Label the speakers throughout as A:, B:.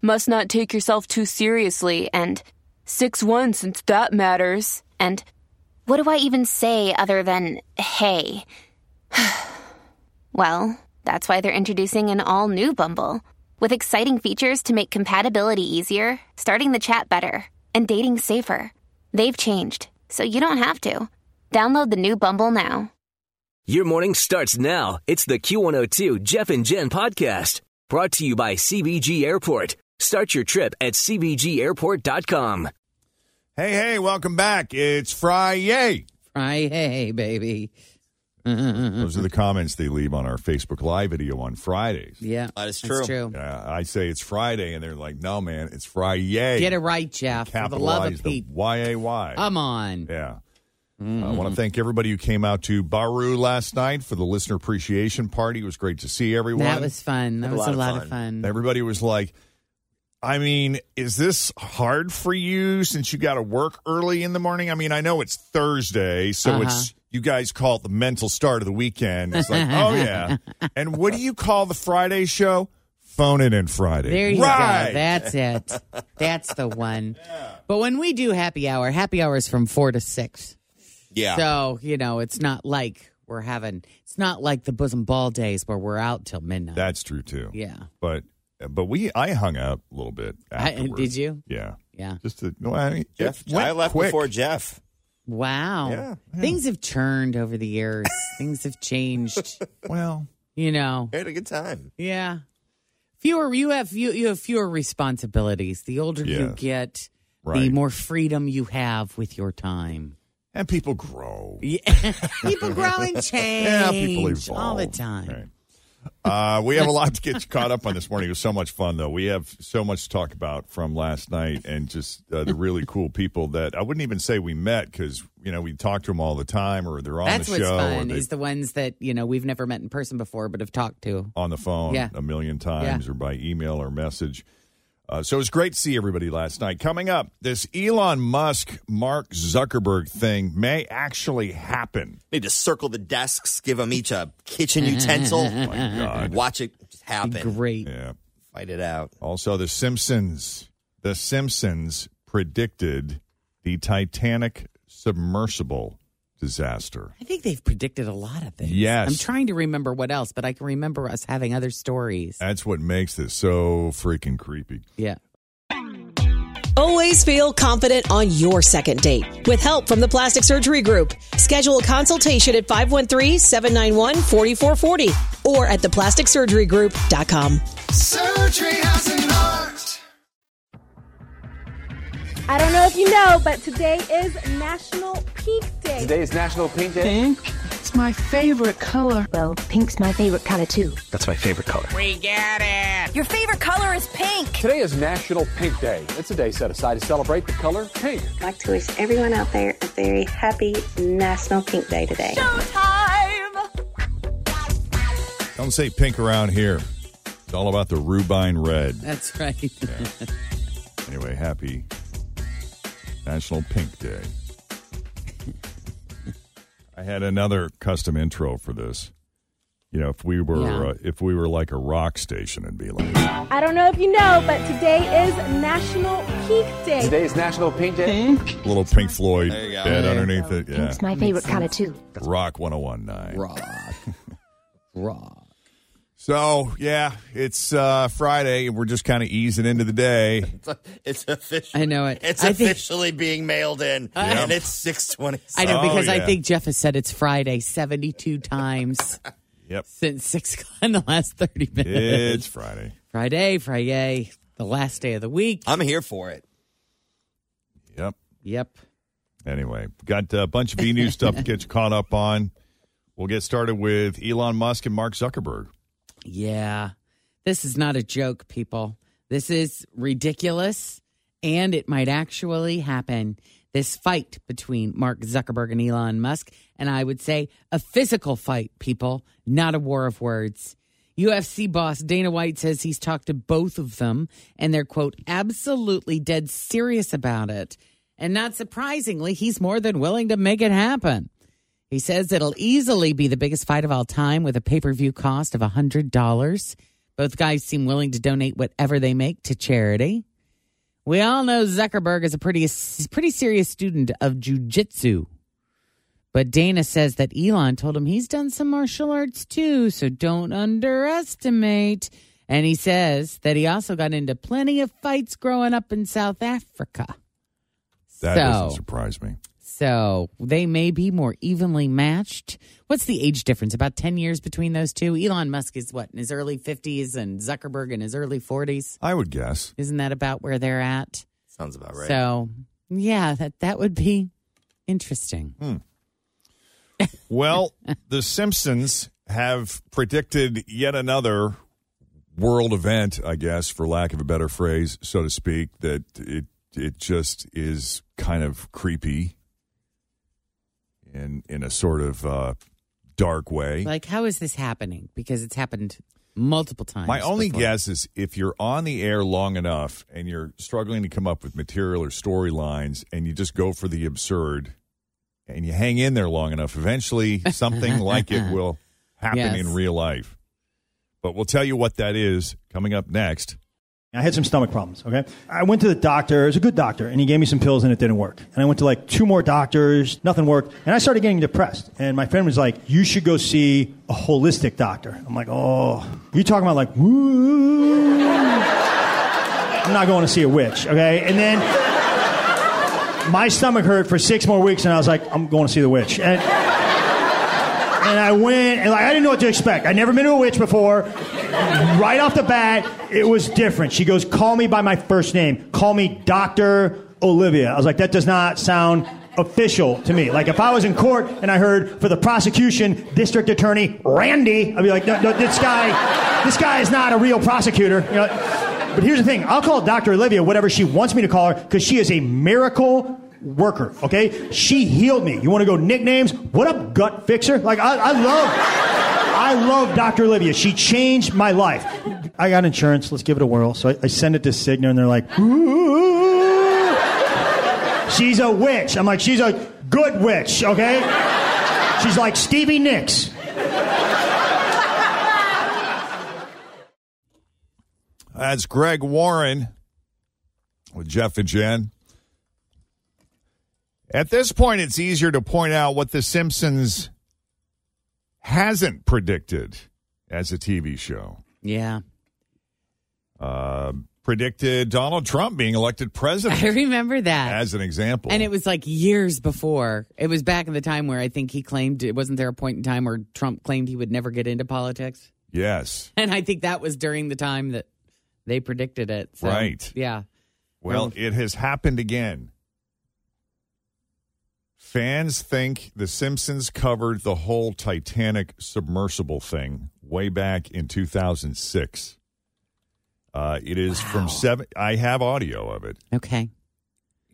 A: must not take yourself too seriously and 6 1 since that matters. And what do I even say other than hey? well, that's why they're introducing an all new Bumble with exciting features to make compatibility easier, starting the chat better, and dating safer. They've changed, so you don't have to. Download the new Bumble now.
B: Your morning starts now. It's the Q102 Jeff and Jen podcast brought to you by CBG Airport. Start your trip at CBGAirport.com.
C: Hey, hey, welcome back. It's Friday.
D: Right, hey, baby. Mm-hmm.
C: Those are the comments they leave on our Facebook Live video on Fridays.
D: Yeah,
E: That is
D: That's
E: true.
D: true.
C: Uh, I say it's Friday, and they're like, no, man, it's Friday.
D: Get it right, Jeff. For the love
C: Capitalize
D: of Pete. Oh.
C: the
D: Mm-hmm.
C: Y-A-Y.
D: Come on.
C: yeah. I want to thank everybody who came out to Baru last night for the listener appreciation party. It was great to see everyone.
D: That was fun. That
E: Had a
D: was
E: lot
D: a
E: of
D: lot
E: fun.
D: of fun.
C: Everybody was like, I mean, is this hard for you since you got to work early in the morning? I mean, I know it's Thursday, so
D: Uh-huh.
C: it's you guys call it the mental start of the weekend. It's like, oh yeah. And what do you call the Friday show? Phone it in Friday.
D: There you
C: right.
D: go. That's it. That's the one. But when we do happy hour, happy hour is from four to six.
E: Yeah.
D: So, you know, it's not like we're having, it's not like the bosom ball days where we're out till midnight.
C: That's true too.
D: yeah.
C: But but we I hung out a little bit.
D: I-
C: Afterwards.
D: did you?
C: Yeah.
D: Yeah.
C: Just to, no, I mean, it
E: Jeff,
C: went
E: I left
C: quick.
E: before Jeff.
D: Wow.
C: Yeah, yeah.
D: Things have turned over the years, things have changed,
C: Well,
D: you know.
E: I had a good time.
D: Yeah. Fewer you have you, you have fewer responsibilities. The older you
C: Yes.
D: get, the
C: Right.
D: more freedom you have with your time.
C: and people grow.
D: Yeah. people grow and change
C: Yeah, people evolve
D: all the time.
C: Right. Uh, we have a lot to get you caught up on this morning. It was so much fun, though. We have so much to talk about from last night and just uh, the really cool people that I wouldn't even say we met because you know we talk to them all the time or they're on
D: That's
C: the
D: what's
C: show or
D: fun
C: they
D: is the ones that, you know, we've never met in person before but have talked to.
C: on the phone
D: Yeah.
C: a million times or by email or message. Uh, so it was great to see everybody last night. Coming up, this Elon Musk Mark Zuckerberg thing may actually happen.
E: Need to circle the desks, give them each a kitchen
F: Mm-hmm.
E: utensil.
F: Oh
E: Watch it just happen.
D: Great.
C: Yeah.
E: Fight it out.
C: Also, The Simpsons. The Simpsons predicted the Titanic submersible disaster.
D: I think they've predicted a lot of things.
C: Yes.
D: I'm trying to remember what else, but I can remember us having other stories.
C: That's what makes this so freaking creepy.
D: Yeah.
G: Always feel confident on your second date. With help from the Plastic Surgery Group, schedule a consultation at 513-791-4440 or at theplasticsurgerygroup.com.
H: I don't know if you know, but today is National Pink Day.
I: Today is National Paint Day.
J: It's my favorite color. Well, pink's my favorite color too.
I: That's my favorite color.
H: Your favorite color is pink.
I: Today is National Pink Day. It's a day set aside to celebrate the color pink.
J: I'd like to wish everyone out there a very happy National Pink Day today.
H: Showtime!
C: Don't say pink around here. It's all about the Rubine Red.
D: That's right.
C: Anyway, happy National Pink Day. I had another custom intro for this. You know, if we were
D: Yeah.
C: uh, if we were like a rock station, it'd be like.
H: I don't know if you know, but today is National Pink Day.
I: Today is National Pink Day.
C: little Pink Floyd
E: There you go.
C: bed underneath it. Yeah.
J: Pink's my favorite color too.
C: Rock 1019.
D: Rock. Rock.
C: So, yeah, it's uh, Friday and we're just kind of easing into the day.
E: It's official.
D: I know it.
E: It's
D: I think-
E: officially being mailed in, and it's six twenty.
D: I know
C: Oh,
D: because I
C: yeah.
D: think Jeff has said it's Friday 72 times
C: Yep.
D: since six o'clock in the last 30 minutes.
C: It's Friday.
D: Friday, Friday, the last day of the week.
E: I'm here for it.
C: Yep.
D: Yep.
C: Anyway, got a bunch of E news stuff to get you caught up on. We'll get started with Elon Musk and Mark Zuckerberg.
D: Yeah. This is not a joke, people. This is ridiculous, and it might actually happen. This fight between Mark Zuckerberg and Elon Musk, and I would say a physical fight, people, not a war of words. UFC boss Dana White says he's talked to both of them, and they're, quote, absolutely dead serious about it. And not surprisingly, he's more than willing to make it happen. He says it'll easily be the biggest fight of all time with a pay per view cost of $100. Both guys seem willing to donate whatever they make to charity. We all know Zuckerberg is a pretty, pretty serious student of jujitsu. But Dana says that Elon told him he's done some martial arts too, so don't underestimate. And he says that he also got into plenty of fights growing up in South Africa.
C: That
D: So-
C: doesn't surprise me.
D: so they may be more evenly matched. What's the age difference? About 10 years between those two? Elon Musk is what, in his early 50s and Zuckerberg in his early 40s?
C: I would guess.
D: Isn't that about where they're at?
E: Sounds about right.
D: So, yeah, that, that would be interesting.
C: Well, The Simpsons have predicted yet another world event, I guess, for lack of a better phrase, so to speak, that it it just is kind of creepy in in a sort of uh, dark way.
D: Like, how is this happening? Because it's happened multiple times.
C: My only
D: before.
C: guess is if you're on the air long enough and you're struggling to come up with material or storylines and you just go for the absurd and you hang in there long enough, eventually something like it will happen
D: Yes.
C: in real life. But we'll tell you what that is coming up next.
F: I had some stomach problems, okay? I went to the doctor, it was a good doctor, and he gave me some pills and it didn't work. And I went to like two more doctors, nothing worked, and I started getting depressed. And my friend was like, You should go see a holistic doctor. I'm like, Oh, you talking about like, woo? I'm not going to see a witch, okay? And then my stomach hurt for six more weeks, and I was like, I'm going to see the witch. And, and I went, and like, I didn't know what to expect. I'd never been to a witch before. Right off the bat, it was different. She goes, Call me by my first name. Call me Dr. Olivia. I was like, That does not sound official to me. Like, if I was in court and I heard for the prosecution, District Attorney Randy, I'd be like, No, no this guy, this guy is not a real prosecutor. You know? But here's the thing I'll call Dr. Olivia whatever she wants me to call her because she is a miracle worker, okay? She healed me. You want to go nicknames? What up, gut fixer? Like, I, I love. I love Dr. Olivia. She changed my life. I got insurance. Let's give it a whirl. So I, I send it to Cigna, and they're like, "Ooh, she's a witch." I'm like, "She's a good witch, okay?" She's like Stevie Nicks.
C: That's Greg Warren with Jeff and Jen. At this point, it's easier to point out what The Simpsons hasn't predicted as a TV show.
D: Yeah.
C: Uh, predicted Donald Trump being elected president.
D: I remember that.
C: as an example.
D: And it was like years before. It was back in the time where I think he claimed it wasn't there a point in time where Trump claimed he would never get into politics.
C: yes.
D: And I think that was during the time that they predicted it. So,
C: Right.
D: Yeah.
C: Well, it has happened again. Fans think The Simpsons covered the whole Titanic submersible thing way back in 2006. Uh, it is from seven. I have audio of it.
D: Okay.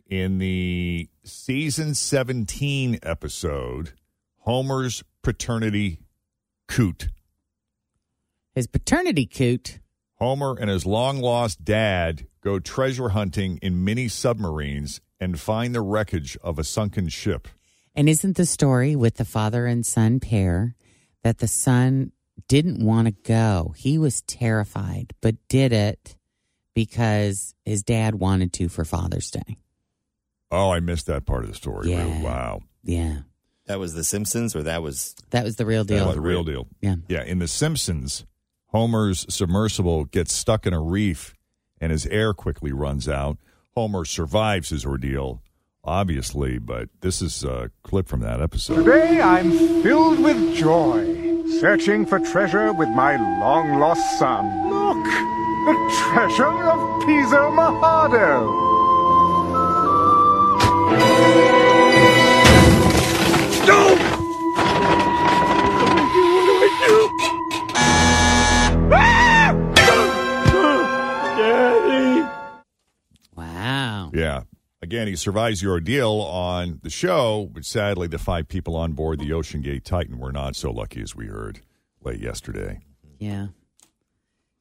C: in the season 17 episode, Homer's paternity coot.
D: His paternity coot.
C: Homer and his long lost dad go treasure hunting in mini submarines and find the wreckage of a sunken ship.
D: And isn't the story with the father and son pair that the son didn't want to go? He was terrified, but did it because his dad wanted to for Father's Day.
C: Oh, I missed that part of the story.
D: Yeah.
C: Wow.
D: Yeah.
E: That was The Simpsons, or that was
D: That was the real
C: That
D: deal.
C: was the real deal.
D: Yeah.
C: Yeah. In The Simpsons, Homer's submersible gets stuck in a reef and his air quickly runs out. Homer survives his ordeal, obviously, but this is a clip from that episode.
K: Today I'm filled with joy, searching for treasure with my long lost son. Look! The treasure of Pisa Mahado! No! What do I do? What do I do? Ah! Daddy!
C: Yeah. Again, he survives the ordeal on the show, but sadly, the five people on board the Ocean Gate Titan were not so lucky as we heard late yesterday.
D: Yeah.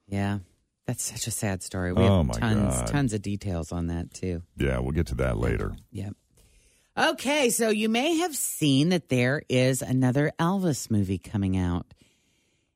D: Yeah. That's such a sad story. We
C: Oh,
D: have
C: my
D: tons,
C: God.
D: tons of details on that too.
C: Yeah, we'll get to that later.
D: Yep. Okay, so you may have seen that there is another Elvis movie coming out.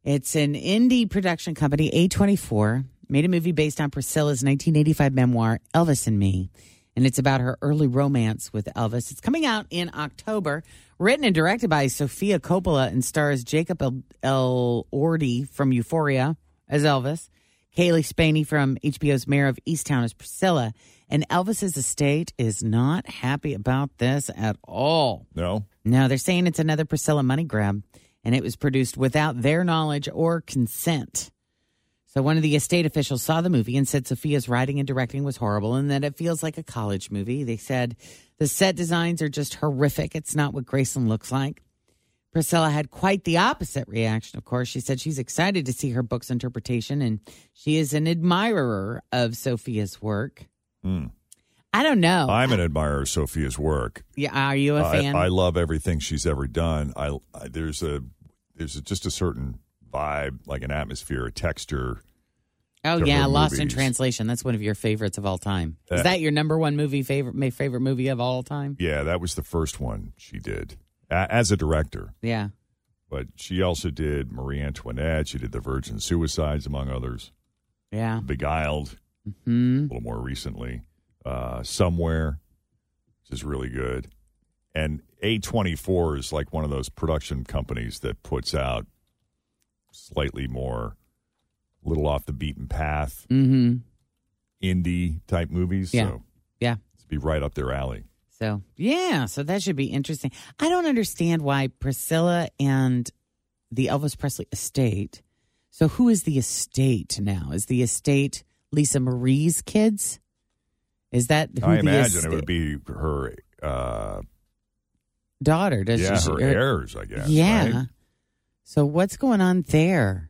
D: It's an indie production company, A24, made a movie based on Priscilla's 1985 memoir, Elvis and Me. And it's about her early romance with Elvis. It's coming out in October, written and directed by Sofia Coppola and stars Jacob El, El Ordi from Euphoria as Elvis. Kaylee Spaney from HBO's Mayor of Easttown is Priscilla, and Elvis's estate is not happy about this at all.
C: No?
D: No, they're saying it's another Priscilla money grab, and it was produced without their knowledge or consent. So one of the estate officials saw the movie and said Sophia's writing and directing was horrible and that it feels like a college movie. They said the set designs are just horrific. It's not what Grayson looks like. Priscilla had quite the opposite reaction, of course. She said she's excited to see her book's interpretation and she is an admirer of Sophia's work.
C: Hmm.
D: I don't know.
C: I'm an admirer of Sophia's work.
D: yeah, are you Oh. a
C: I,
D: fan?
C: I love everything she's ever done. I, I there's a there's a, just a certain vibe, like an atmosphere, a texture.
D: Oh
C: to
D: yeah,
C: her
D: Lost in
C: movies.
D: Translation. That's one of your favorites of all time.
C: Uh,
D: Is that your number one movie favorite my favorite movie of all time?
C: Yeah, that was the first one she did a- as a director.
D: Yeah.
C: But she also did Marie Antoinette. She did The Virgin Suicides, among others.
D: Yeah.
C: Beguiled, a
D: Hmm.
C: little more recently. Uh, Somewhere, which is really good. And A24 is like one of those production companies that puts out slightly more, little off the beaten path,
D: Mm-hmm.
C: indie type movies.
D: Yeah.
C: So
D: Yeah.
C: it'd be right up their alley.
D: So yeah, so that should be interesting. I don't understand why Priscilla and the Elvis Presley estate. So who is the estate now? Is the estate Lisa Marie's kids? Is that who
C: I
D: the
C: imagine
D: estate-
C: it would be her. Uh,
D: daughter? Does
C: yeah,
D: she,
C: her heirs, I guess.
D: Yeah.
C: right?
D: So what's going on there?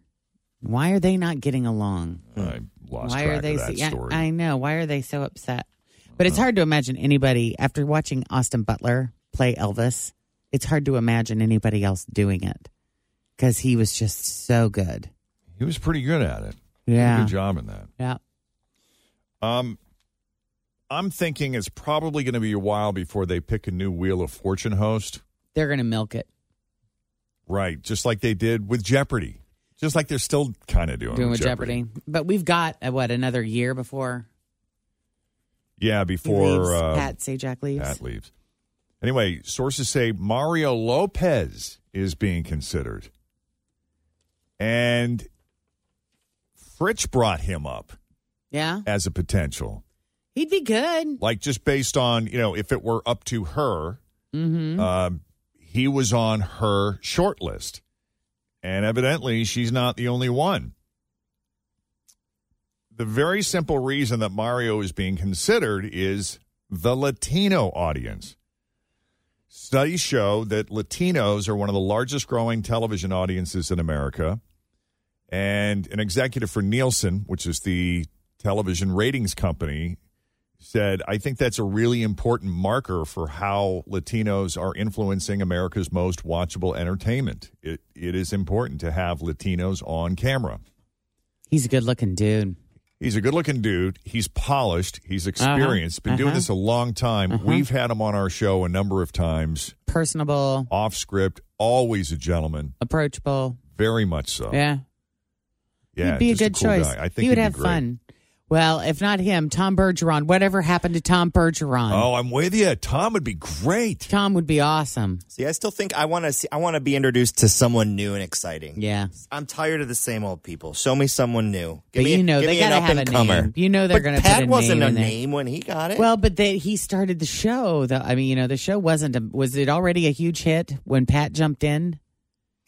D: Why are they not getting along?
C: I lost
D: Hmm. Why
C: track
D: are they?
C: of that
D: so, yeah,
C: story. Uh-huh.
D: I know. Why are they so upset? But it's hard to imagine anybody after watching Austin Butler play Elvis. It's hard to imagine anybody else doing it because he was just so good.
C: He was pretty good at it. He did a
D: Yeah.
C: good job in that.
D: Yeah.
C: Um, I'm thinking it's probably going to be a while before they pick a new Wheel of Fortune host.
D: They're gonna milk it,
C: Right, just like they did with Jeopardy. Just like they're still kind of doing,
D: doing with Jeopardy. But we've got uh, what another year before
C: Yeah,
D: he
C: before
D: leaves.
C: uh,
D: Pat Sajak leaves.
C: Pat leaves. Anyway, sources say Mario Lopez is being considered. And Fritch brought him up
D: Yeah,
C: as a potential.
D: he'd be good.
C: Like just based on, you know, if it were up to her,
D: Mm-hmm.
C: um, he was on her short list. And evidently, she's not the only one. The very simple reason that Mario is being considered is the Latino audience. Studies show that Latinos are one of the largest growing television audiences in America. And an executive for Nielsen, which is the television ratings company, said, I think that's a really important marker for how Latinos are influencing America's most watchable entertainment. It, it is important to have Latinos on camera.
D: He's a good-looking dude.
C: He's a good looking dude. He's polished. He's experienced. Been doing
D: Uh-huh.
C: this a long time.
D: Uh-huh.
C: We've had him on our show a number of times,
D: Personable,
C: off script, always a gentleman,
D: approachable.
C: very much so.
D: Yeah.
C: Oh. Yeah,
D: he'd be a
C: just
D: good
C: cool
D: choice.
C: guy. I think
D: he would
C: he'd be
D: have
C: great.
D: fun. Well, if not him, Tom Bergeron. Whatever happened to Tom Bergeron?
C: Oh, I'm with you. Tom would be great.
D: Tom would be awesome.
E: See, I still think I want to see. I want to be introduced to someone new and exciting.
D: Yeah,
E: I'm tired of the same old people. Show me someone new.
D: but you know
E: give
D: they
E: me an
D: gotta have a
E: up-and-comer.
D: name. You know they're
E: But
D: gonna
E: Pat
D: put a
E: wasn't
D: name
E: a
D: in there.
E: name when he got it.
D: Well, but they, he started the show. Though I mean, you know, the show wasn't a, was it already a huge hit when Pat jumped in?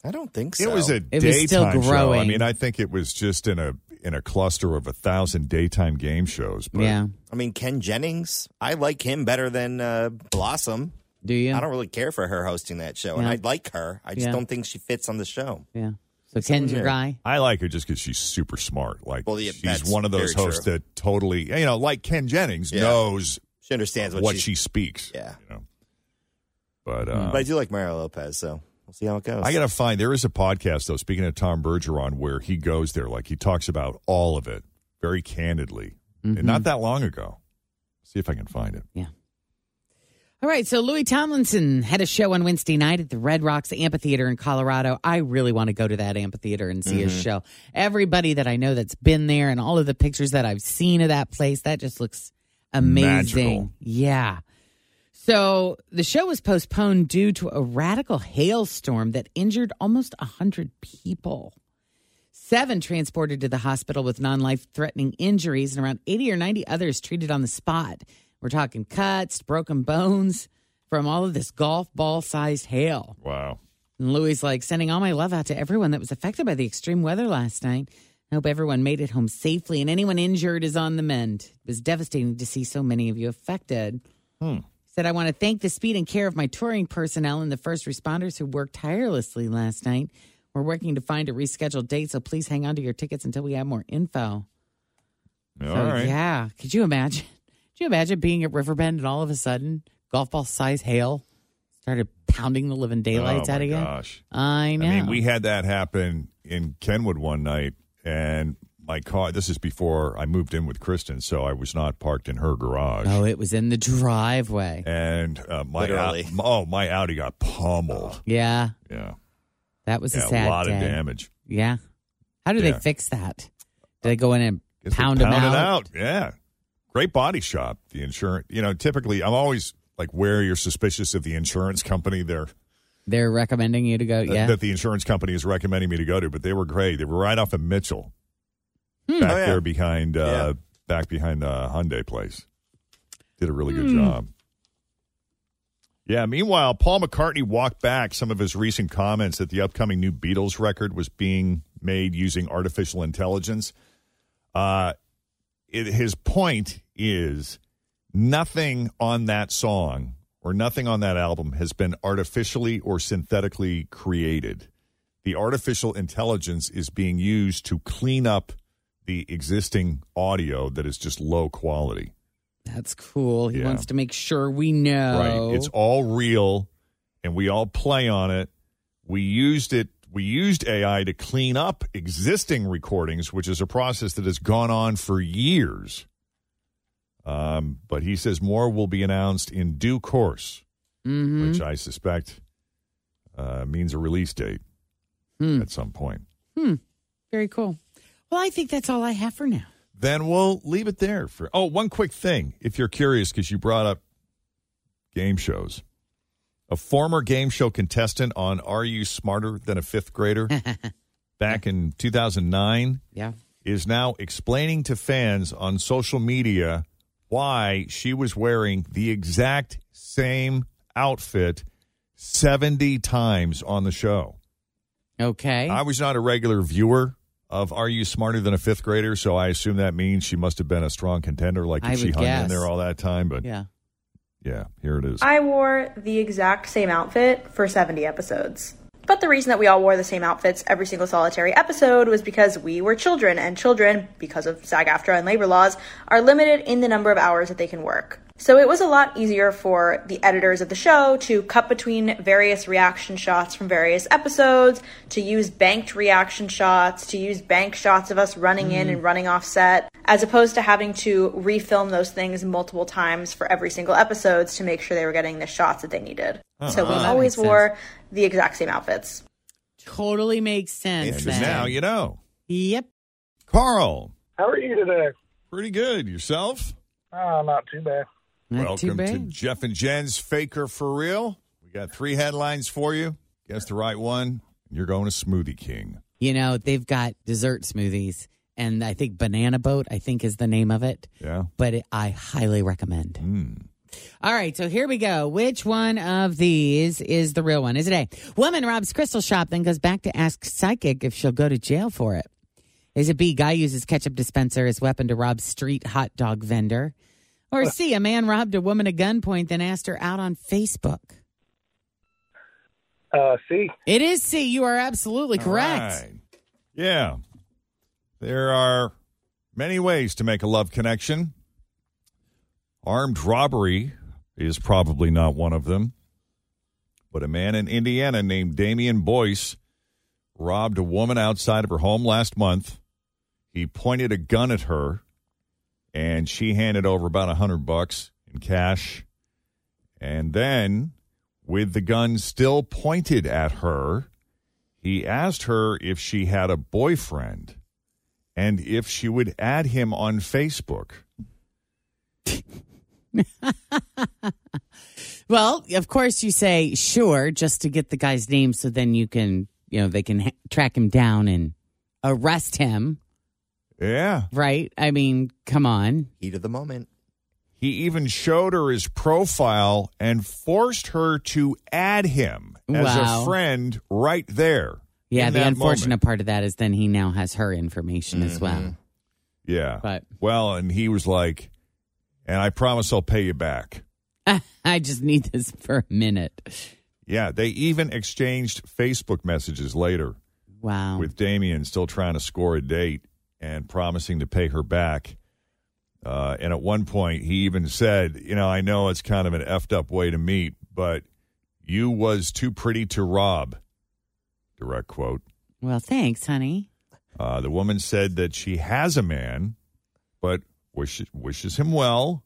E: I don't think so.
C: It was a
D: It
C: daytime
D: was still
C: show. I
D: growing.
C: mean, I think it was just in a in a cluster of a thousand daytime game shows. But
D: yeah.
E: I mean, Ken Jennings. I like him better than uh, Blossom.
D: Do you?
E: I don't really care for her hosting that show, and
D: Yeah.
E: I like her. I just
D: Yeah.
E: don't think she fits on the show.
D: yeah. So Ken's your
E: new.
D: guy.
C: I like her just because she's super smart. Like
E: Well, yeah,
C: she's
E: that's
C: one of those
E: very
C: hosts
E: true.
C: that totally, you know, like Ken Jennings
E: Yeah.
C: knows
E: She understands what,
C: what
E: she's-
C: she speaks.
E: Yeah. Mm,
C: But, um,
E: but I do like Mario Lopez, so we'll see how it goes.
C: I gotta find there is a podcast though. Speaking of Tom Bergeron, where he goes there, like he talks about all of it very candidly, and
D: Mm-hmm.
C: not that long ago. See if I can find it.
D: Yeah. All right, so Louis Tomlinson had a show on Wednesday night at the Red Rocks Amphitheater in Colorado. I really want to go to that amphitheater and see his
L: Mhm.
D: show. Everybody that I know that's been there and all of the pictures that I've seen of that place, that just looks amazing.
L: Magical.
D: Yeah. So the show was postponed due to a radical hailstorm that injured almost 100 people. Seven transported to the hospital with non life threatening injuries, and around 80 or 90 others treated on the spot. We're talking cuts, broken bones from all of this golf ball sized hail.
C: Wow.
D: And Louis like sending all my love out to everyone that was affected by the extreme weather last night. I hope everyone made it home safely and anyone injured is on the mend. It was devastating to see so many of you affected.
C: Hmm.
D: Said, I want to thank the speed and care of my touring personnel and the first responders who worked tirelessly last night. We're working to find a rescheduled date, so please hang on to your tickets until we have more info.
C: All
D: So,
C: right.
D: Yeah. Could you imagine? Could you imagine being at Riverbend and all of a sudden golf ball size hail started pounding the living daylights
C: Oh,
D: out
C: my
D: of you?
C: gosh.
D: I know.
C: I mean, we had that happen in Kenwood one night, and my car. This is before I moved in with Kristen, so I was not parked in her garage.
D: Oh, it was in the driveway.
C: And uh, my
D: Literally.
C: Au- oh, my Audi got pummeled.
D: Yeah.
C: Yeah,
D: That was
C: Yeah,
D: Oh. a sad
C: lot of
D: day.
C: damage.
D: Yeah. How do
C: Yeah.
D: they fix that? Do they go in and
C: Pound
D: pound, them
C: it out. Yeah. Great body shop. The insurance, you know, typically I'm always like where you're suspicious of the insurance company there
D: They're recommending you to go.
C: that,
D: yeah.
C: that the insurance company is recommending me to go to, but they were great. They were right off of Mitchell.
D: Hmm.
C: Back
D: Oh, yeah.
C: there behind uh back behind the Hyundai place. Did a really good job. Yeah, meanwhile, Paul McCartney walked back some of his recent comments that the upcoming new Beatles record was being made using artificial intelligence. Uh, it, his point is nothing on that song or nothing on that album has been artificially or synthetically created. The artificial intelligence is being used to clean up the existing audio that is just low quality.
D: That's cool. He
C: Yeah.
D: wants to make sure we know.
C: Right. It's all real and we all play on it. We used it we used AI to clean up existing recordings, which is a process that has gone on for years. Um, but he says more will be announced in due course,
D: Mhm.
C: which I suspect uh, means a release date at some point.
D: Hmm. Very cool. Well, I think that's all I have for now.
C: then we'll leave it there for oh one quick thing if you're curious because you brought up game shows a former game show contestant on are you smarter than a fifth grader back in 2009
D: Yeah.
C: is now explaining to fans on social media why she was wearing the exact same outfit 70 times on the show
D: Okay.
C: I was not a regular viewer of Are You Smarter Than a Fifth Grader, so I assume that means she must have been a strong contender, like if
D: I
C: she
D: would
C: hung in
D: guess.
C: there all that time. But
D: yeah,
C: yeah, here it is.
M: I wore the exact same outfit for 70 episodes. But the reason that we all wore the same outfits every single solitary episode was because we were children, and children, because of SAG AFTRA and labor laws, are limited in the number of hours that they can work. So it was a lot easier for the editors of the show to cut between various reaction shots from various episodes, to use banked reaction shots, to use bank shots of us running in
C: Mm.
N: Mhm.
M: and running off set, as opposed to having to refilm those things multiple times for every single episodes to make sure they were getting the shots that they needed.
C: Oh,
M: so we
C: wow. That
M: always
C: makes
M: wore the exact same outfits.
D: Totally makes sense.
C: And now you know.
D: Yep.
C: Carl,
O: How are you today?
C: pretty good. Yourself?
O: Ah, not too bad.
D: too
C: Welcome to
D: bad.
C: Jeff and Jen's Faker for Real. We got three headlines for you. Guess the right one. You're going to Smoothie King.
D: You know, they've got dessert smoothies, and I think Banana Boat, I think, is the name of it.
C: Yeah. Hmm.
D: But it, I highly recommend. All right, so here we go. Which one of these is the real one? Is it A? Woman robs crystal shop, then goes back to ask psychic if she'll go to jail for it. Is it B? Guy uses ketchup dispenser as weapon to rob street hot dog vendor. Or C? A man robbed a woman at gunpoint, then asked her out on Facebook.
O: Uh, see,
D: It is C. You are absolutely correct.
C: Right. Yeah. There are many ways to make a love connection. Armed robbery is probably not one of them. But a man in Indiana named Damian Boyce robbed a woman outside of her home last month. He pointed a gun at her, and she handed over about a hundred bucks in cash. And then, with the gun still pointed at her, he asked her if she had a boyfriend and if she would add him on Facebook.
D: Well, of course, you say sure just to get the guy's name so then you can, you know, they can ha- track him down and arrest him,
C: Yeah.
D: right? I mean, come on.
E: Heat of the moment.
C: He even showed her his profile and forced her to add him as
D: Wow.
C: a friend right there.
D: Yeah,
C: in
D: the
C: that
D: unfortunate
C: moment.
D: part of that is then he now has her information as well.
C: Yeah.
D: But-
C: well, and he was like, and I promise I'll pay you back.
D: I just need this for a minute.
C: Yeah, they even exchanged Facebook messages later
D: Wow.
C: with Damien still trying to score a date and promising to pay her back. Uh, and at one point, he even said, You know, I know it's kind of an effed up way to meet, but you was too pretty to rob. Direct quote.
D: well, thanks, honey.
C: Uh, the woman said that she has a man, but wishes wishes him well.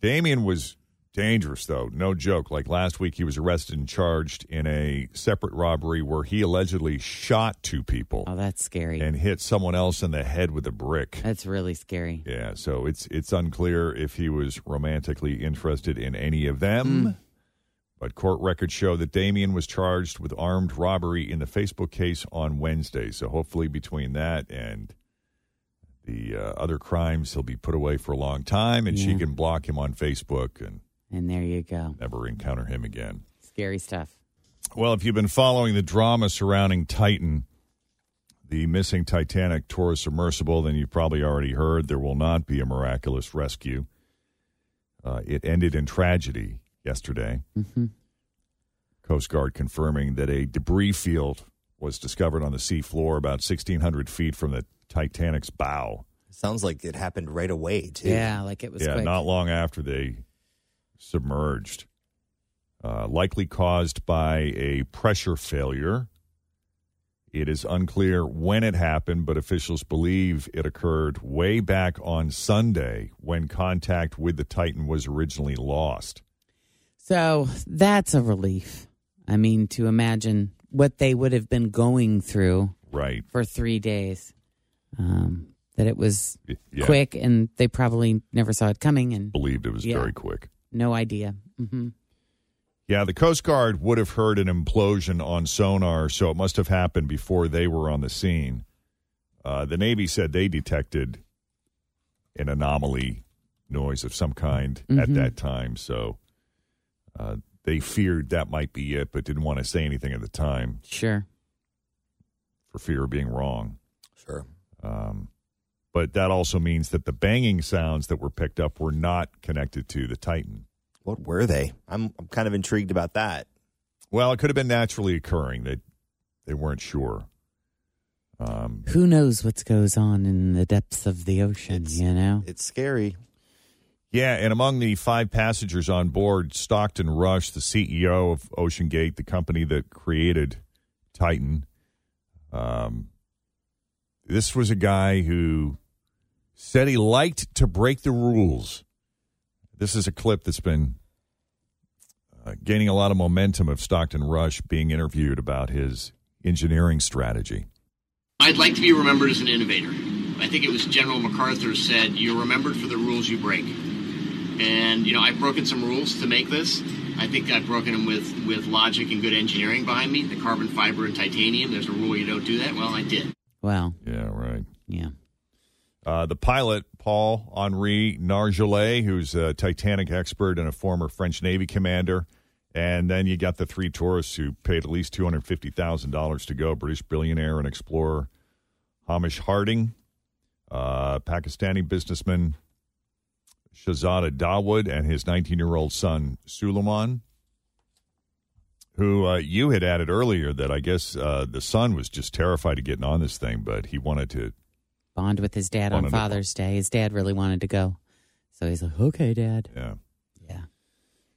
C: Damien was dangerous, though, no joke. Like last week, he was arrested and charged in a separate robbery where he allegedly shot two people.
D: Oh, that's scary.
C: And hit someone else in the head with a brick.
D: That's really scary.
C: Yeah, so it's it's unclear if he was romantically interested in any of them. But court records show that Damien was charged with armed robbery in the Facebook case on Wednesday. So hopefully, between that and the uh, other crimes, he'll be put away for a long time, and she
D: Yeah.
C: can block him on Facebook and
D: And there you go.
C: never encounter him again.
D: Scary stuff.
C: Well, if you've been following the drama surrounding Titan, the missing Titanic tourist submersible, then you've probably already heard there will not be a miraculous rescue. Uh, it ended in tragedy yesterday.
D: Mm-hmm.
C: Coast Guard confirming that a debris field was discovered on the seafloor about 1,600 feet from the Titanic's bow.
E: Sounds like it happened right away, too.
D: Yeah, like it was
C: yeah,
D: quick.
C: not long after they submerged. Uh, likely caused by a pressure failure. It is unclear when it happened, but officials believe it occurred way back on Sunday when contact with the Titan was originally lost.
D: So that's a relief. I mean, to imagine what they would have been going through
C: Right.
D: for three days, um, that it was
C: Y- yeah.
D: quick and they probably never saw it coming and
C: Believed it was
D: Yeah.
C: very quick.
D: no idea. hmm
C: Yeah, the Coast Guard would have heard an implosion on sonar, so it must have happened before they were on the scene. Uh, the Navy said they detected an anomaly noise of some kind at
D: Mhm.
C: that time, so uh, they feared that might be it, but didn't want to say anything at the time
D: Sure.
C: for fear of being wrong.
E: Sure.
C: Um, but that also means that the banging sounds that were picked up were not connected to the Titan.
E: What were they? I'm, I'm kind of intrigued about that.
C: Well, it could have been naturally occurring. They they weren't sure. Um,
D: Who knows what goes on in the depths of the ocean, you know?
E: It's scary.
C: yeah, and among the five passengers on board, Stockton Rush, the CEO of Ocean Gate, the company that created Titan. Um, this was a guy who said he liked to break the rules. This is a clip that's been uh, gaining a lot of momentum of Stockton Rush being interviewed about his engineering strategy.
L: I'd like to be remembered as an innovator. I think it was General MacArthur said, "You're remembered for the rules you break." And you know, I've broken some rules to make this. I think I've broken them with with logic and good engineering behind me. The carbon fiber and titanium. There's a rule you don't do that. Well, I did.
D: Wow.
C: Yeah, right.
D: Yeah.
C: Uh, the pilot, Paul Henri Narjolet, who's a Titanic expert and a former French Navy commander. And then you got the three tourists who paid at least $250,000 to go British billionaire and explorer Hamish Harding, uh, Pakistani businessman Shazada Dawood, and his 19 year old son, Suleiman, who uh, you had added earlier that I guess uh, the son was just terrified of getting on this thing, but he wanted to
D: Bond with his dad
C: Wanted
D: on
C: to-
D: Father's Day. His dad really wanted to go So he's like, okay, Dad.
C: Yeah.
D: Yeah.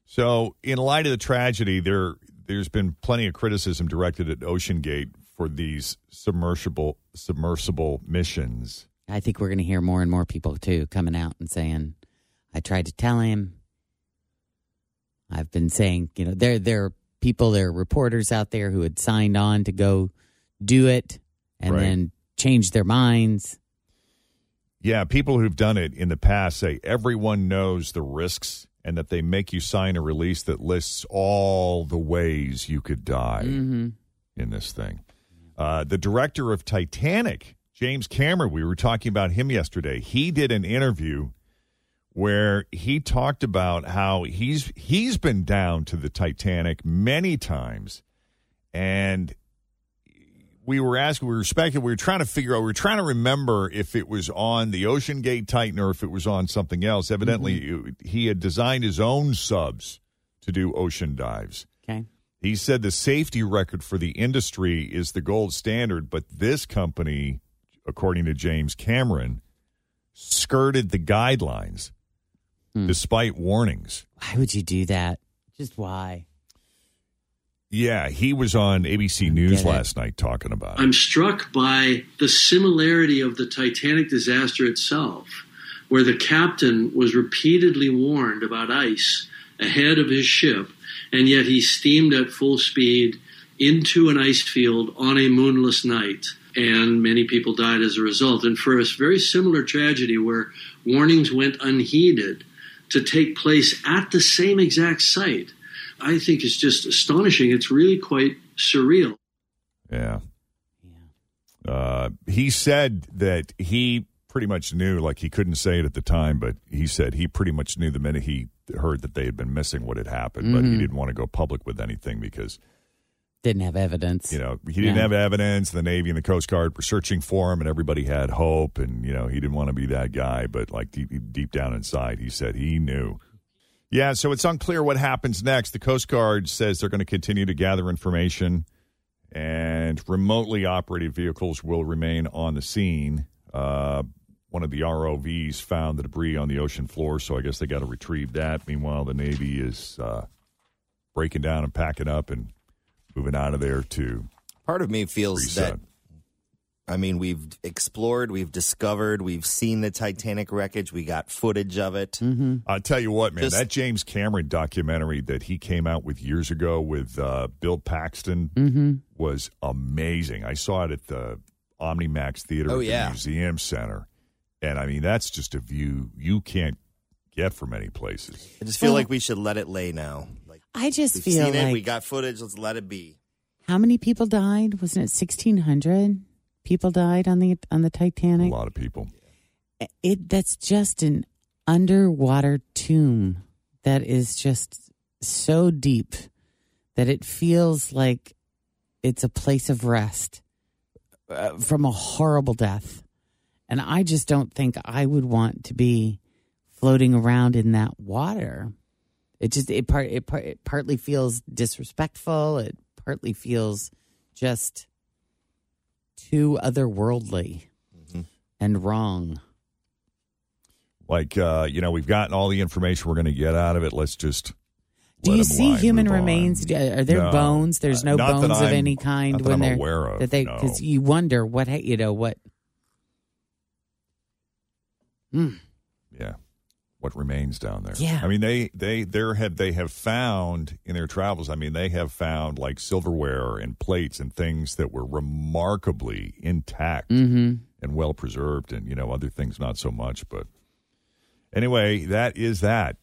C: So, in light of the tragedy, there there's been plenty of criticism directed at OceanGate for these submersible submersible missions.
D: I think we're going to hear more and more people too coming out and saying, "I tried to tell him." I've been saying, you know, there there are people, there are reporters out there who had signed on to go do it and
C: Right.
D: then changed their minds.
C: Yeah, people who've done it in the past say everyone knows the risks and that they make you sign a release that lists all the ways you could die
D: Mm-hmm.
C: in this thing. Uh, the director of Titanic, James Cameron, we were talking about him yesterday. He did an interview where he talked about how he's he's been down to the Titanic many times and we were asking, we were speculating, we were trying to figure out, we were trying to remember if it was on the Ocean Gate Titan or if it was on something else. Evidently, it- he had designed his own subs to do ocean dives.
D: Okay.
C: He said the safety record for the industry is the gold standard, but this company, according to James Cameron, skirted the guidelines despite warnings.
D: Why would you do that? Just why?
C: Yeah, he was on ABC News last night talking about it.
N: I'm struck by the similarity of the Titanic disaster itself, where the captain was repeatedly warned about ice ahead of his ship, and yet he steamed at full speed into an ice field on a moonless night, and many people died as a result. And for a very similar tragedy where warnings went unheeded to take place at the same exact site, I think is just astonishing. It's really quite surreal.
C: Yeah. Yeah. Uh, he said that he pretty much knew, like he couldn't say it at the time, but he said he pretty much knew the minute he heard that they had been missing what had happened, but he
D: Mhm.
C: didn't want to go public with anything because,
D: Didn't have evidence.
C: you know, he didn't
D: Yeah.
C: have evidence. The Navy and the Coast Guard were searching for him and everybody had hope. And, you know, he didn't want to be that guy, but like deep, deep down inside, he said he knew. Yeah, so it's unclear what happens next. The Coast Guard says they're going to continue to gather information, and remotely operated vehicles will remain on the scene. Uh, one of the ROVs found the debris on the ocean floor, so I guess they got to retrieve that. Meanwhile, the Navy is uh, breaking down and packing up and moving out of there to
E: Part of me feels that. I mean, we've explored, we've discovered, we've seen the Titanic wreckage. We got footage of it.
D: Hmm.
E: Mm-hmm.
C: I'll tell you what, man,
E: Just-
C: that James Cameron documentary that he came out with years ago with uh, Bill Paxton
D: Mm-hmm.
C: was amazing. I saw it at the OmniMax Theater
E: Oh,
C: at the
E: yeah.
C: Museum Center. And I mean, that's just a view you can't get from any places.
E: I just feel like we should let it lay now. Like
D: I just
E: we've
D: feel
E: seen it,
D: like
E: we got footage. Let's let it be.
D: how many people died? Wasn't it sixteen hundred people died on the on the Titanic?
C: A lot of people.
D: It that's just an underwater tomb that is just so deep that it feels like it's a place of rest uh, from a horrible death, and I just don't think I would want to be floating around in that water. It just it part it, part, it partly feels disrespectful. It partly feels just too otherworldly and wrong.
C: Like, uh, you know, we've gotten all the information we're going to get out of it. Let's just.
D: Do
C: let
D: you
C: 'em
D: see
C: lie,
D: human
C: move on.
D: remains? Do- Are there
C: No.
D: bones? There's
C: Uh,
D: no
C: not that
D: bones of
C: I'm-
D: any kind
C: not that
D: when
C: I'm
D: they're
C: aware of,
D: that they
C: no.
D: because you wonder what ha- you know what. Mm.
C: yeah what remains down there
D: Yeah.
C: i mean they they there have they have found in their travels i mean they have found like silverware and plates and things that were remarkably intact
D: Mm. Mm-hmm.
C: and well preserved and you know other things not so much but anyway that is that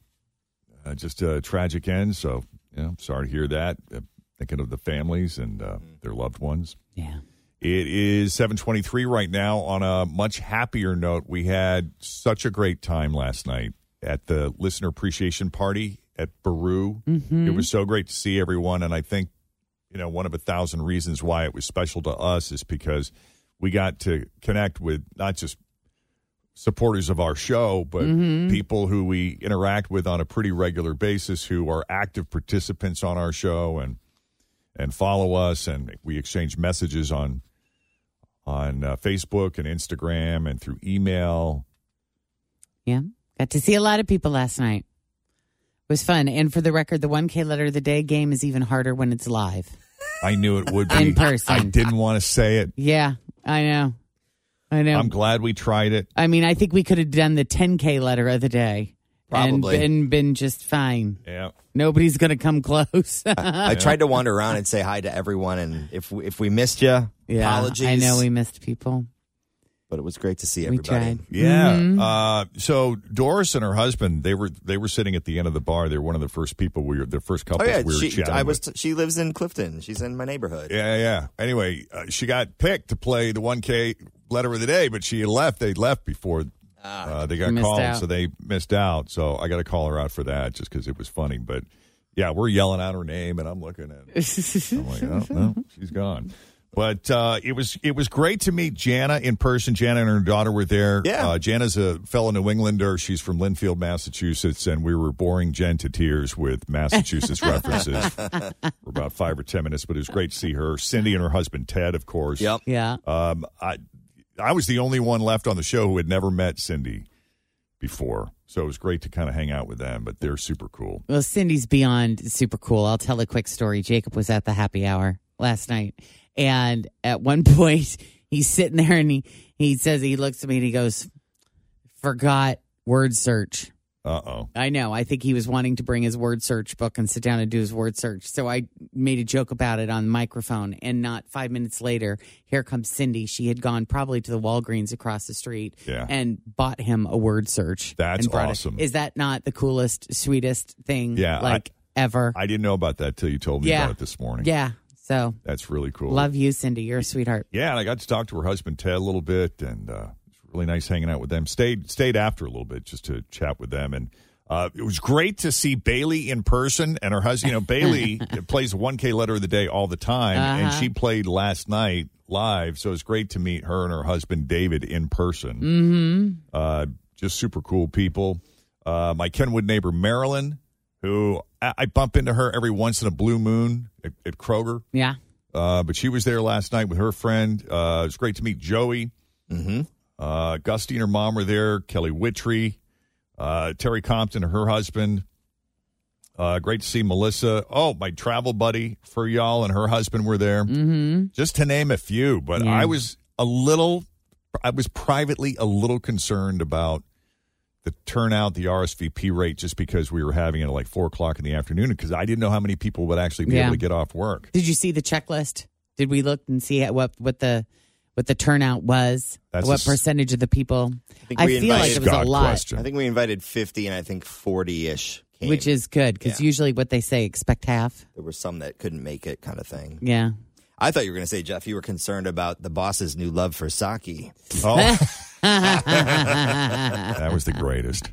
C: uh, just a tragic end so you know sorry to hear that uh, thinking of the families and uh, their loved ones
D: yeah
C: it is 723 right now. On a much happier note, we had such a great time last night at the listener appreciation party at Baru.
P: Mhm.
C: It was so great to see everyone. And I think, you know, one of a thousand reasons why it was special to us is because we got to connect with not just supporters of our show, but
P: Mhm.
C: people who we interact with on a pretty regular basis who are active participants on our show and and follow us and we exchange messages on on uh, Facebook and Instagram and through email.
D: Yeah, Got to see a lot of people last night. It was fun. And for the record, the 1K letter of the day game is even harder when it's live.
C: I knew it would be.
D: In person.
C: I didn't want to say it.
D: Yeah, I know. I know.
C: I'm glad we tried it.
D: I mean, I think we could have done the 10K letter of the day.
E: Probably.
D: And been, been just fine.
C: Yeah.
D: Nobody's going to come close.
E: I tried to wander around and say hi to everyone, and if we, if we missed you,
D: Yeah,
E: apologies.
D: I know we missed people.
E: but it was great to see
D: We
E: everybody.
D: tried.
C: Yeah.
D: Mhm.
E: Mm-hmm.
C: Uh, so Doris and her husband, they were they were sitting at the end of the bar. They were one of the first people we were the first
E: Oh
C: couple
E: yeah,
C: we were
E: she,
C: chatting.
E: I was.
C: with.
E: T- she lives in Clifton. She's in my neighborhood.
C: yeah, yeah. Anyway, uh, she got picked to play the 1K letter of the day, but she left. They left before uh, they got
E: Missed
C: called,
E: out.
C: so they missed out. So I got to call her out for that just because it was funny. But yeah, we're yelling out her name, and I'm looking at. I'm like, oh no, she's gone. But uh, it was it was great to meet Jana in person. Jana and her daughter were there. Yeah, uh, Jana's a fellow New Englander. She's from Linfield, Massachusetts, and we were boring Jen to tears with Massachusetts references for about five or ten minutes. But it was great to see her. Cindy and her husband Ted, of course. Yep.
D: Yeah.
C: Um, I I was the only one left on the show who had never met Cindy before, so it was great to kind of hang out with them. But they're super cool.
D: Well, Cindy's beyond super cool. I'll tell a quick story. Jacob was at the happy hour last night, and at one point, he's sitting there and he, he says, he looks at me and he goes, Forgot word search.
C: Uh oh.
D: I know. I think he was wanting to bring his word search book and sit down and do his word search. So I made a joke about it on the microphone. And not five minutes later, here comes Cindy. She had gone probably to the Walgreens across the street
C: Yeah.
D: and bought him a word search.
C: That's
D: and brought it.
C: awesome.
D: Is that not the coolest, sweetest thing?
C: Yeah, I-
D: Like ever.
C: I didn't know about that till you told me
D: Yeah.
C: about it this morning.
D: yeah. So
C: That's really cool.
D: love you, Cindy. You're a sweetheart.
C: Yeah, and I got to talk to her husband Ted a little bit, and uh, it's really nice hanging out with them. Stayed stayed after a little bit just to chat with them, and uh, it was great to see Bailey in person and her husband. You know, Bailey plays the one K letter of the day all the time, and
D: Uh-huh.
C: she played last night live, so it's great to meet her and her husband David in person.
D: Mm
C: Uh, just super cool people. Uh, my Kenwood neighbor Marilyn, who I, I bump into her every once in a blue moon at, at Kroger.
D: hmm. Yeah.
C: Uh, but she was there last night with her friend. Uh, it was great to meet Joey. Mm-hmm. Uh, Gusty and her mom were there. Kelly Whittree, uh, Terry Compton, and her husband. Uh, great to see Melissa. Oh, my travel buddy for y'all and her husband were there.
D: Mm-hmm.
C: Just to name a few. But
D: Yeah.
C: I was a little, I was privately a little concerned about the turnout, the RSVP rate, just because we were having it at like four o'clock in the afternoon, because I didn't know how many people would actually be
D: Yeah.
C: able to get off work.
D: Did you see the checklist? Did we look and see at what what the what the turnout was?
E: That's a
D: what
E: s-
D: percentage of the people? I, feel like it was a lot,
E: I think we invited fifty, and I think forty-ish. Came.
D: which is good because usually what they say expect half.
E: there were some that couldn't make it, kind of thing.
D: Yeah.
E: I thought you were going to say, Jeff, you were concerned about the boss's new love for sake.
C: Oh. that was the greatest.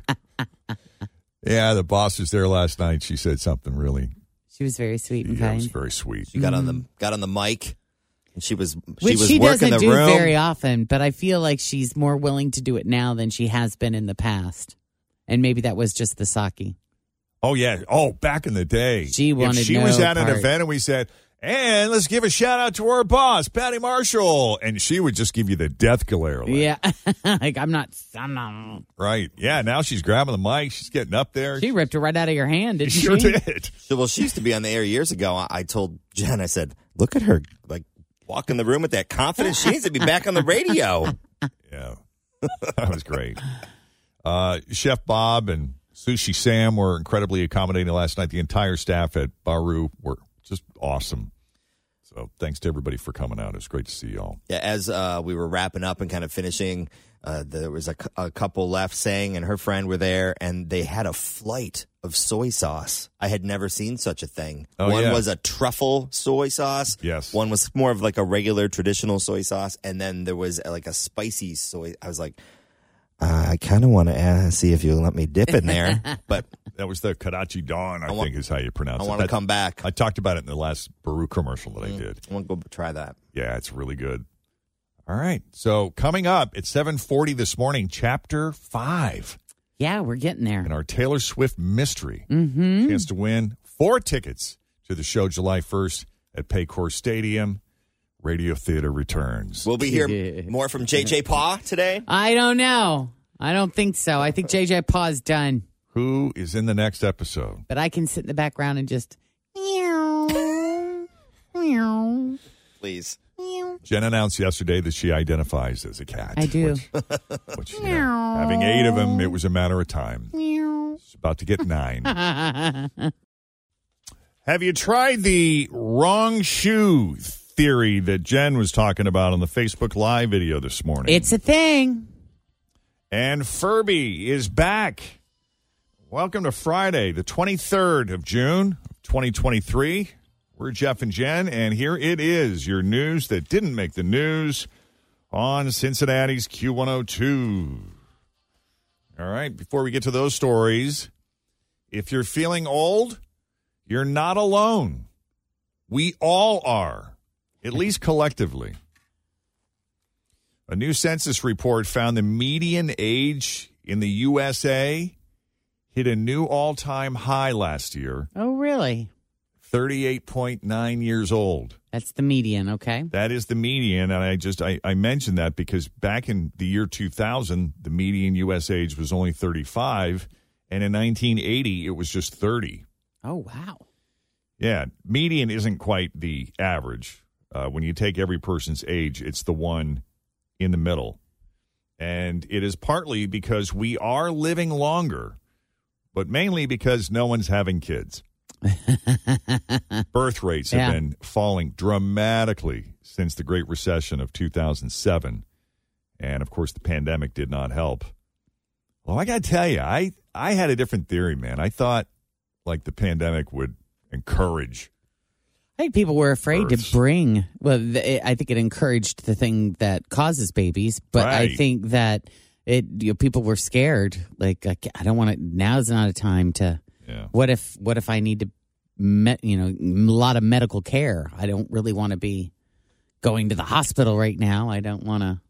C: Yeah, the boss was there last night. She said something really
D: She was very sweet and
C: yeah, it was
D: kind,
C: very sweet.
E: She got on the got on the mic, and she was she
D: Mm. which
E: was
D: she
E: working
D: doesn't
E: the
D: do
E: room.
D: very often. But I feel like she's more willing to do it now than she has been in the past, and maybe that was just the sake.
C: Oh yeah. Oh, back in the day,
D: She
C: If
D: wanted
C: she was
D: no
C: at an
D: part.
C: event, and we said, "And let's give a shout out to our boss, Patty Marshall," and she would just give you the death glare. like,
D: Yeah, like I'm not, I'm not.
C: Right. Yeah. Now she's grabbing the mic. She's getting up there.
D: She ripped it right out of your hand, didn't she?
C: did.
E: So, well, she used to be on the air years ago. I, I told Jen, I said, look at her, like walk in the room with that confidence. She needs to be back on the radio.
C: Yeah. that was great. Uh, Chef Bob and Sushi Sam were incredibly accommodating last night. The entire staff at Baru were just awesome. So thanks to everybody for coming out. It was great to see y'all.
E: Yeah, as uh, we were wrapping up and kind of finishing, uh, there was a, cou- a couple left saying, and her friend were there, and they had a flight of soy sauce. I had never seen such a thing.
C: Oh,
E: One
C: yeah.
E: was a truffle soy sauce.
C: Yes.
E: One was more of like a regular traditional soy sauce, and then there was uh, like a spicy soy. I was like, uh, I kind of want to uh, see if you'll let me dip in there, but
C: That was the Karachi Dawn, I, Mm.
E: I wa-
C: think is how you pronounce
E: I
C: it.
E: want to
C: That-
E: come back.
C: I talked about it in the last Baru commercial that I did.
E: I want to go try that.
C: Yeah, it's really good. All right. So coming up at 740 this morning, chapter five
D: Yeah, we're getting there.
C: in our Taylor Swift mystery.
D: Mm-hmm.
C: chance to win four tickets to the show July 1st at Paycor Stadium. Radio Theater returns.
E: We'll be here more from JJ Paw today.
D: I don't know. I don't think so. I think JJ Paw's done,
C: Who is in the next episode?
D: but I can sit in the background and just. I
E: Please.
C: Jen announced yesterday that she identifies as a cat.
D: do.
C: Having eight of them, it was a matter of time. It's about to get nine. Have you tried the wrong shoe theory that Jen was talking about on the Facebook Live video this morning?
D: it's a thing.
C: And Furby is back. Welcome to Friday, the 23rd of June, 2023. We're Jeff and Jen, and here it is your news that didn't make the news on Cincinnati's Q102. All right, before we get to those stories, if you're feeling old, you're not alone. We all are, at least collectively. A new census report found the median age in the USA hit a new all time high last year
D: Oh, really?
C: 38.9 years old.
D: That's the median, okay?
C: That is the median. And I just, I, I mentioned that because back in the year 2000, the median US age was only 35. And in 1980, it was just 30.
D: Oh, wow.
C: Yeah, median isn't quite the average. Uh, when you take every person's age, it's the one in the middle. And it is partly because we are living longer, but mainly because no one's having kids. Birth rates have
D: Yeah.
C: been falling dramatically since the Great Recession of 2007. And of course, the pandemic did not help. Well, I got to tell you, I, I had a different theory, man. I thought like the pandemic would encourage.
D: I think people were afraid
C: Births.
D: to bring. Well, th- I think it encouraged the thing that causes babies, but I
C: Right.
D: think that it you know, people were scared. Like I, ca- I don't want to. Now's not a time to.
C: Yeah.
D: What if? What if I need to? Met, you know, a lot of medical care. I don't really want to be going to the hospital right now. I don't want to.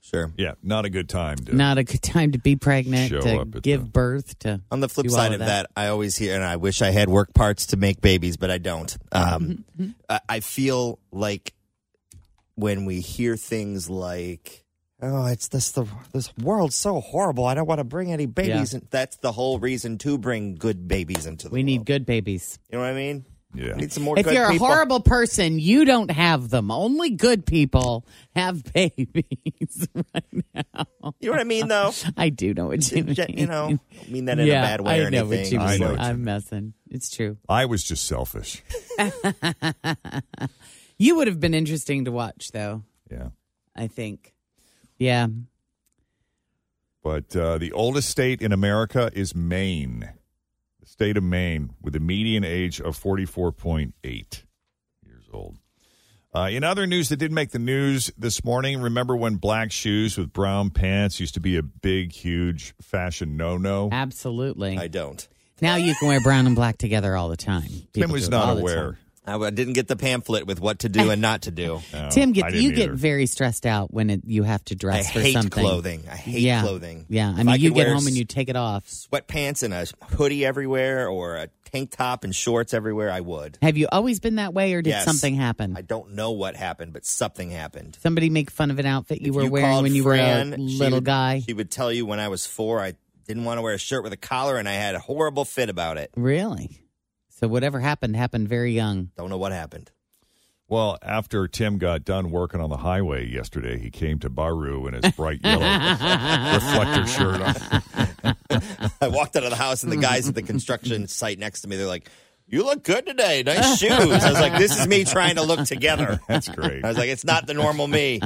E: Sure.
C: Yeah, not a good time. To,
D: Not a good time to be pregnant.
C: Show
D: to
C: up at
D: give birth to.
E: On the flip
D: do all
E: side of that. I always hear, and I wish I had work parts to make babies, but I don't. Um,
D: Mm-hmm.
E: I, I feel like when we hear things like, "Oh, it's this the this world's so horrible. I don't want to bring any babies,"
D: Yeah.
E: in. that's the whole reason to bring good babies into the.
D: we need good babies.
E: You know what I mean?
C: Yeah.
E: We need some more.
D: If
E: good
D: you're a
E: people.
D: horrible person, you don't have them. Only good people have babies right now.
E: You know what I mean, though.
D: I do know what you mean.
E: Je- you know, I don't mean that in a bad way
D: I
E: or
D: know
E: anything.
D: What
C: I
D: you mean.
C: know what you
D: I'm messing. It's true.
C: I was just selfish.
D: You would have been interesting to watch, though.
C: Yeah.
D: I think. Yeah.
C: But uh, the oldest state in America is Maine, the state of Maine, with a median age of 44.8 years old. Uh, in other news that didn't make the news this morning, remember when black shoes with brown pants used to be a big, huge fashion no no?
D: Absolutely.
E: I don't.
D: now you can wear brown and black together all the time.
C: Tim
D: People do
C: was
D: it
C: not
D: all the
C: aware.
E: I I didn't get the pamphlet with what to do and not to do.
C: No,
D: time. Tim,
C: I
D: get
C: didn't
D: you get
C: either.
D: very stressed out when it, you have to
E: I
D: dress for
E: hate
D: something.
E: clothing. I hate
D: yeah.
E: clothing.
D: Yeah.
E: If
D: I mean, you
E: could
D: get
E: wear
D: home and you take it off.
E: sweatpants and a hoodie everywhere, or a tank top and shorts everywhere. I would.
D: Have you always been that way, or did
E: Yes.
D: something happen?
E: I don't know what happened, but something happened.
D: Somebody make fun of an outfit you
E: If
D: were
E: called
D: wearing when you were a
E: Fran, she
D: little
E: would-
D: guy?
E: She would tell you when I was four, I didn't want to wear a shirt with a collar, and I had a horrible fit about it.
D: Really? So whatever happened happened very young.
E: Don't know what happened.
C: Well, after Tim got done working on the highway yesterday, he came to Baru in his bright yellow reflector shirt on.
E: I walked out of the house, and the guys at the construction site next to me, they're like, "You look good today. Nice shoes." I was like, "This is me trying to look together."
C: That's great.
E: I was like, "It's not the normal me."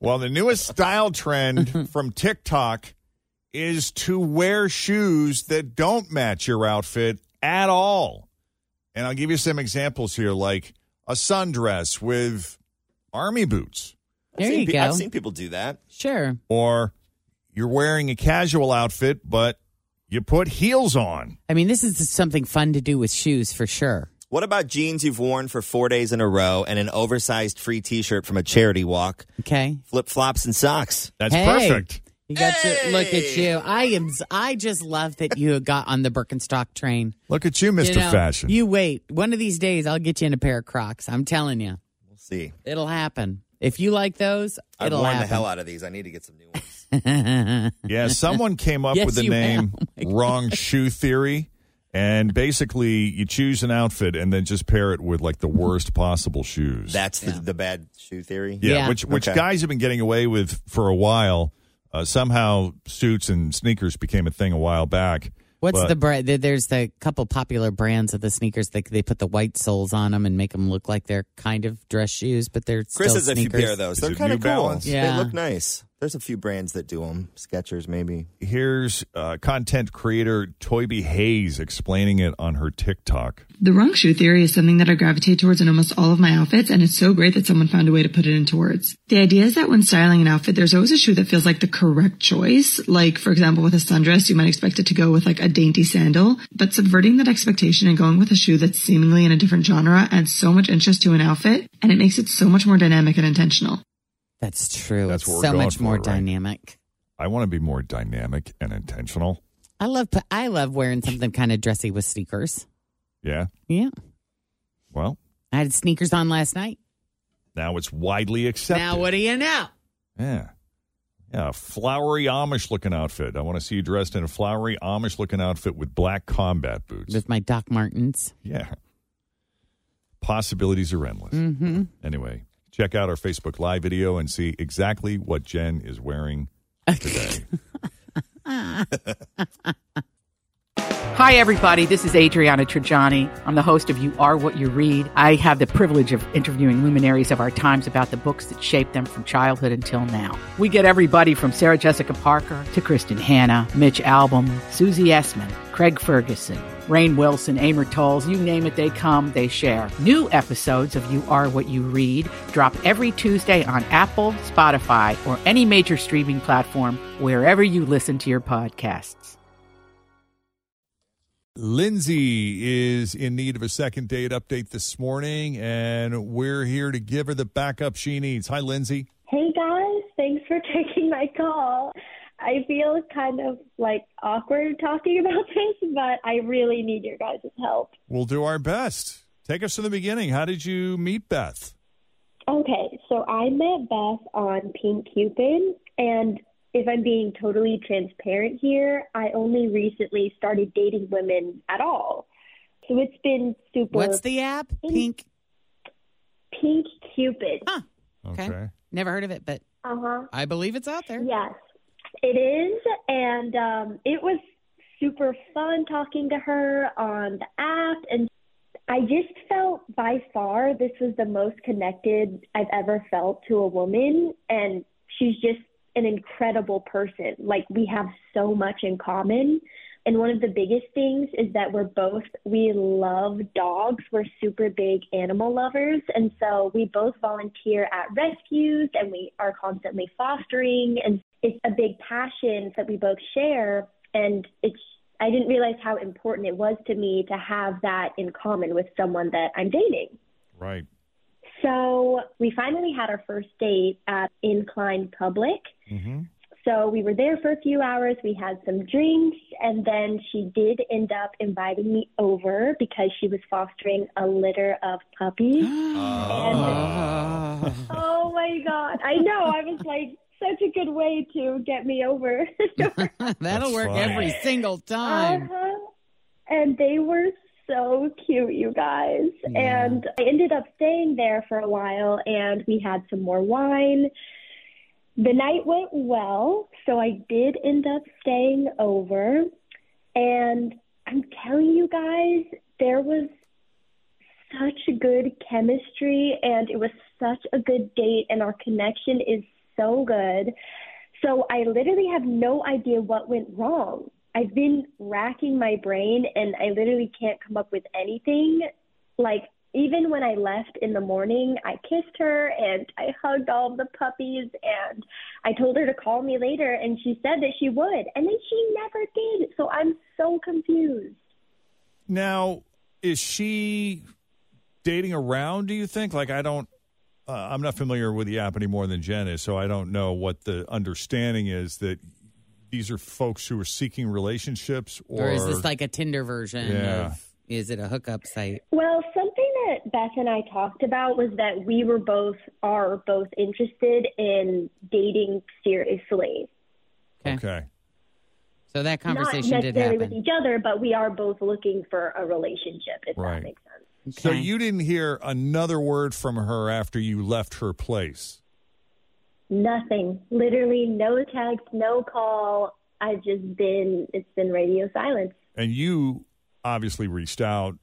C: Well, the newest style trend from TikTok is to wear shoes that don't match your outfit at all. And I'll give you some examples here, like a sundress with army boots,
D: There
E: I've seen
D: you
E: pe-
D: go.
E: I've seen people do that.
D: Sure.
C: or you're wearing a casual outfit, but you put heels on.
D: I mean, this is something fun to do with shoes for sure.
E: What about jeans you've worn for four days in a row and an oversized free T-shirt from a charity walk,
D: Okay.
E: flip flops and socks?
C: That's
D: Hey.
C: perfect.
D: You got to look at you. I am. I just love that you got on the Birkenstock train,
C: Look at you, Mr.
D: You know,
C: Fashion.
D: You wait. One of these days, I'll get you in a pair of Crocs. I'm telling you,
E: We'll see.
D: it'll happen. If you like those,
E: I've
D: it'll
E: worn
D: happen.
E: the hell out of these. I need to get some new ones.
C: yeah, someone came up
D: Yes,
C: with the
D: you
C: name
D: am. Oh my God.
C: Wrong Shoe Theory. And basically, you choose an outfit and then just pair it with like the worst possible shoes.
E: That's the, the bad shoe theory.
C: Yeah, which which
E: Okay.
C: guys have been getting away with for a while. Uh, somehow, suits and sneakers became a thing a while back.
D: What's
C: but-
D: the brand? There's the couple popular brands of the sneakers that they put the white soles on them and make them look like they're kind of dress shoes, but they're
E: Chris
D: still
E: has a few
D: sneakers.
E: pair of those. They're kind of cool.
D: Yeah,
E: They look nice. There's a few brands that do them. Skechers, maybe.
C: Here's uh, content creator Toyby Hayes explaining it on her TikTok.
P: The wrong shoe theory is something that I gravitate towards in almost all of my outfits, and it's so great that someone found a way to put it into words. The idea is that when styling an outfit, there's always a shoe that feels like the correct choice. Like, for example, with a sundress, you might expect it to go with like a dainty sandal, but subverting that expectation and going with a shoe that's seemingly in a different genre adds so much interest to an outfit, and it makes it so much more dynamic and intentional.
D: that's true.
C: That's what
D: It's
C: we're
D: so
C: going
D: much
C: for,
D: more
C: right?
D: dynamic.
C: I want to be more dynamic and intentional.
D: I love pu- I love wearing something kind of dressy with sneakers.
C: Yeah.
D: Yeah,
C: Well,
D: I had sneakers on last night.
C: now it's widely accepted.
D: Now what do you know?
C: Yeah. Yeah, a flowery Amish looking outfit. I want to see you dressed in a flowery Amish looking outfit with black combat boots.
D: With my Doc Martens.
C: Yeah. Possibilities are endless.
D: Mm-hmm.
C: Anyway, check out our Facebook Live video and see exactly what Jen is wearing today.
Q: Hi, everybody. This is Adriana Trajani. I'm the host of You Are What You Read. I have the privilege of interviewing luminaries of our times about the books that shaped them from childhood until now. We get everybody from Sarah Jessica Parker to Kristen Hanna, Mitch Albom, Susie Essman, Craig Ferguson, Rain Wilson, Amor Tolls, you name it, they come, they share. New episodes of You Are What You Read drop every Tuesday on Apple, Spotify, or any major streaming platform wherever you listen to your podcasts.
C: Lindsay is in need of a second date update this morning, and we're here to give her the backup she needs. Hi, Lindsay.
H: Hey guys, thanks for taking my call. I feel kind of like awkward talking about this, but I really need your guys' help.
C: We'll do our best. Take us to the beginning. How did you meet Beth?
H: Okay, so I met Beth on Pink Cupid, and if I'm being totally transparent here, I only recently started dating women at all. So it's been super.
D: What's the app? Pink.
H: Pink Cupid.
D: Okay. Never heard of it, but
H: Uh huh.
D: I believe it's out there.
H: Yes, it is, and um, it was super fun talking to her on the app, and I just felt by far this was the most connected I've ever felt to a woman, and she's just an incredible person. Like we have so much in common. And one of the biggest things is that we're both, we love dogs. We're super big animal lovers. And so we both volunteer at rescues and we are constantly fostering. And it's a big passion that we both share. And it's, I didn't realize how important it was to me to have that in common with someone that I'm dating.
C: Right.
H: So we finally had our first date at Incline Public.
C: Mm-hmm.
H: So we were there for a few hours. We had some drinks, and then she did end up inviting me over because she was fostering a litter of puppies.
C: Oh.
H: oh my god! I know. I was like, such a good way to get me over.
D: That'll work
H: funny.
D: every single time.
H: Uh-huh. And they were so cute, you guys. And I ended up staying there for a while and we had some more wine. The night went well, so I did end up staying over. And I'm telling you guys, there was such good chemistry and it was such a good date and our connection is so good. So I literally have no idea what went wrong. I've been racking my brain and I literally can't come up with anything. Like even when I left in the morning, I kissed her and I hugged all the puppies and I told her to call me later and she said that she would. And then she never did. So I'm so confused.
C: Now, is she dating around, do you think? Like, I don't, uh, I'm not familiar with the app any more than Jen is, so I don't know what the understanding is that these are folks who are seeking relationships or.
D: Or, is this like a Tinder version?
C: Yeah.
D: Of, is it a hookup site?
H: Well, something that Beth and I talked about was that we were both are both interested in dating seriously.
C: Okay.
D: So that conversation
H: Not
D: did
H: necessarily
D: happen.
H: with each other, but we are both looking for a relationship. If
C: Right.
H: that makes sense.
C: So you didn't hear another word from her after you left her place.
H: Nothing. Literally no text, no call. I've just been. It's been radio silence.
C: And you obviously reached out.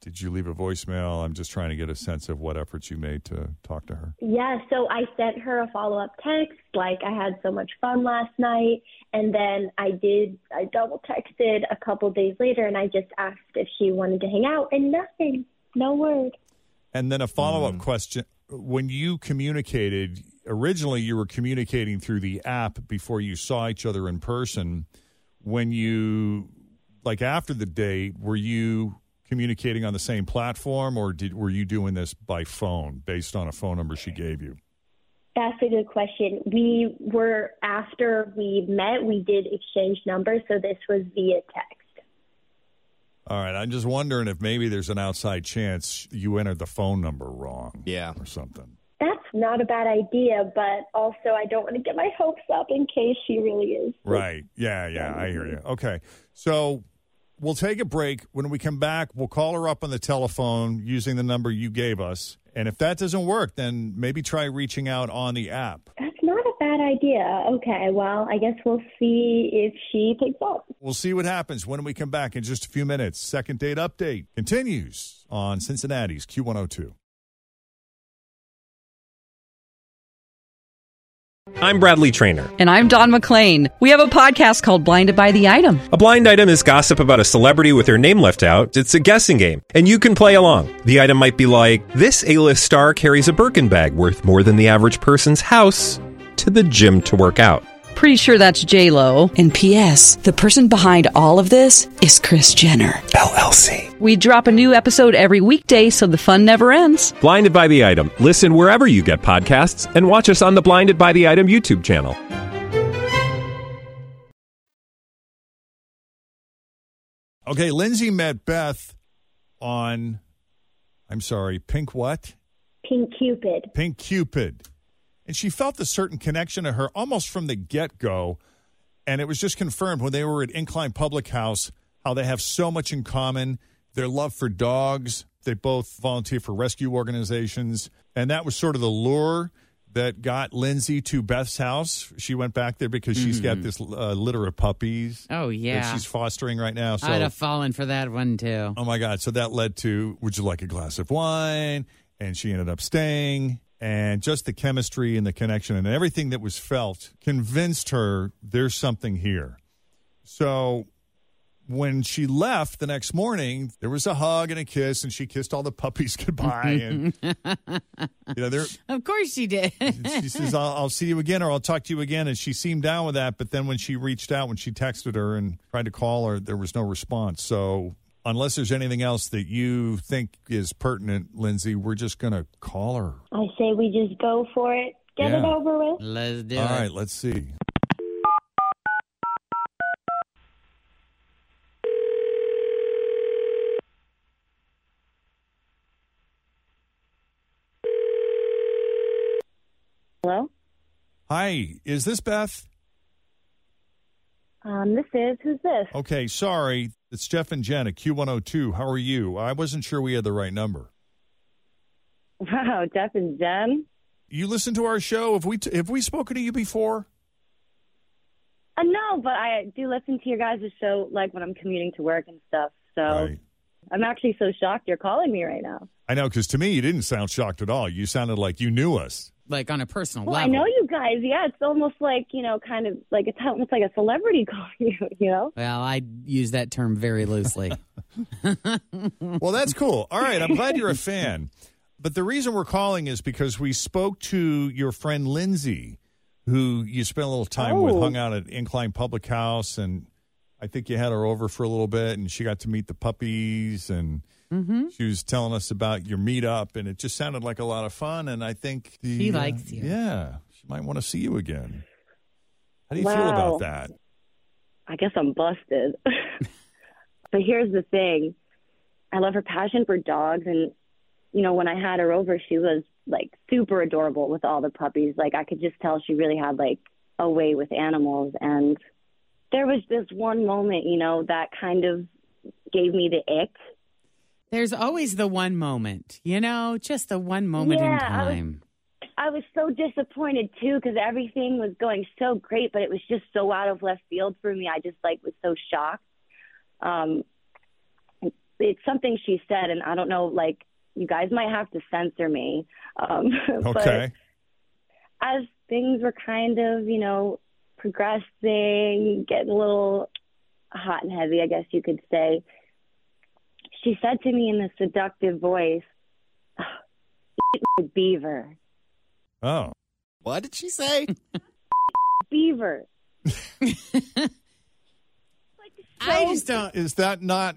C: Did you leave a voicemail? I'm just trying to get a sense of what efforts you made to talk to her.
H: Yeah, so I sent her a follow up text, like I had so much fun last night, and then I did I double texted a couple days later, and I just asked if she wanted to hang out, and nothing, no word.
C: And then a follow up question. When you communicated, originally you were communicating through the app before you saw each other in person. When you, like after the date, were you communicating on the same platform or did were you doing this by phone based on a phone number she gave you?
H: That's a good question. We were after we met, we did exchange numbers, so this was via text.
C: All right. I'm just wondering if maybe there's an outside chance you entered the phone number wrong. Yeah. Or something.
H: That's not a bad idea, but also I don't want to get my hopes up in case she really is.
C: Right. Yeah, yeah, I hear you. Okay. So we'll take a break. When we come back, we'll call her up on the telephone using the number you gave us. And if that doesn't work, then maybe try reaching out on the app.
H: That's not a bad idea. Okay, well, I guess we'll see if she picks up.
C: We'll see what happens when we come back in just a few minutes. Second date update continues on Cincinnati's Q102.
R: I'm Bradley Trainer.
S: And I'm Don McClain. We have a podcast called Blinded by the Item.
R: A blind item is gossip about a celebrity with their name left out. It's a guessing game, and you can play along. The item might be like this: A-list star carries a Birkin bag worth more than the average person's house to the gym to work out.
S: Pretty sure that's J Lo. And P.S. The person behind all of this is Chris Jenner LLC. We drop a new episode every weekday, so the fun never ends.
R: Blinded by the item. Listen wherever you get podcasts, and watch us on the Blinded by the Item YouTube channel.
C: Okay, Lindsay met Beth on, I'm sorry, Pink what?
H: Pink Cupid.
C: Pink Cupid. And she felt a certain connection to her almost from the get go. And it was just confirmed when they were at Incline Public House how they have so much in common their love for dogs. They both volunteer for rescue organizations. And that was sort of the lure that got Lindsay to Beth's house. She went back there because she's got this uh, litter of puppies.
D: Mm-hmm. Oh,
C: That
D: yeah.
C: she's fostering right now. So
D: I'd have fallen for that one too.
C: Oh my God. So that led to, would you like a glass of wine? And she ended up staying. And just the chemistry and the connection and everything that was felt convinced her there's something here. So when she left the next morning, there was a hug and a kiss, and she kissed all the puppies goodbye. And, you know, they're,
D: Of course she did.
C: she says, I'll, I'll see you again or I'll talk to you again. And she seemed down with that. But then when she reached out, when she texted her and tried to call her, there was no response. So, unless there's anything else that you think is pertinent, Lindsay, we're just going to call her.
H: I say we just go for it. Get it
C: Yeah.
H: over with.
D: Let's do
C: All right, let's see.
T: Hello?
C: Hi, is this Beth?
T: Um, this is who's this?
C: Okay, sorry. It's Jeff and Jen at Q102. How are you? I wasn't sure we had the right number.
T: Wow, Jeff and Jen.
C: You listen to our show. Have we t- have we spoken to you before?
T: Uh, no, but I do listen to your guys' show like when I'm commuting to work and stuff. So I'm actually so shocked you're calling me right now.
C: I know because to me you didn't sound shocked at all. You sounded like you knew us.
D: Like on a personal
T: Well, I know you guys. Yeah, it's almost like you know, kind of like it's almost like a celebrity calling you. You know?
D: Well, I use that term very loosely.
C: well, that's cool. All right, I'm glad you're a fan. But the reason we're calling is because we spoke to your friend Lindsay, who you spent a little time with,
T: Oh.
C: hung out at Incline Public House, and I think you had her over for a little bit, and she got to meet the puppies, and
D: Mm-hmm.
C: she was telling us about your meetup, and it just sounded like a lot of fun. And I think the, uh,
D: She likes you.
C: Yeah, she might want to see you again. How do you feel
T: Wow.
C: about that?
T: I guess I'm busted. but here's the thing: I love her passion for dogs, and you know, when I had her over, she was like super adorable with all the puppies. Like I could just tell she really had like away with animals. And there was this one moment, you know, that kind of gave me the ick.
D: There's always the one moment, you know, just the one moment in
T: Yeah, I was-
D: time.
T: I was so disappointed too because everything was going so great, but it was just so out of left field for me. I just like was so shocked. Um, it's something she said, and I don't know. Like you guys might have to censor me. Um, But
C: Okay.
T: as things were kind of you know progressing, getting a little hot and heavy, I guess you could say. She said to me in a seductive voice, "Beaver."
C: Oh.
E: What did she say?
T: beaver.
D: I just don't.
C: Is that not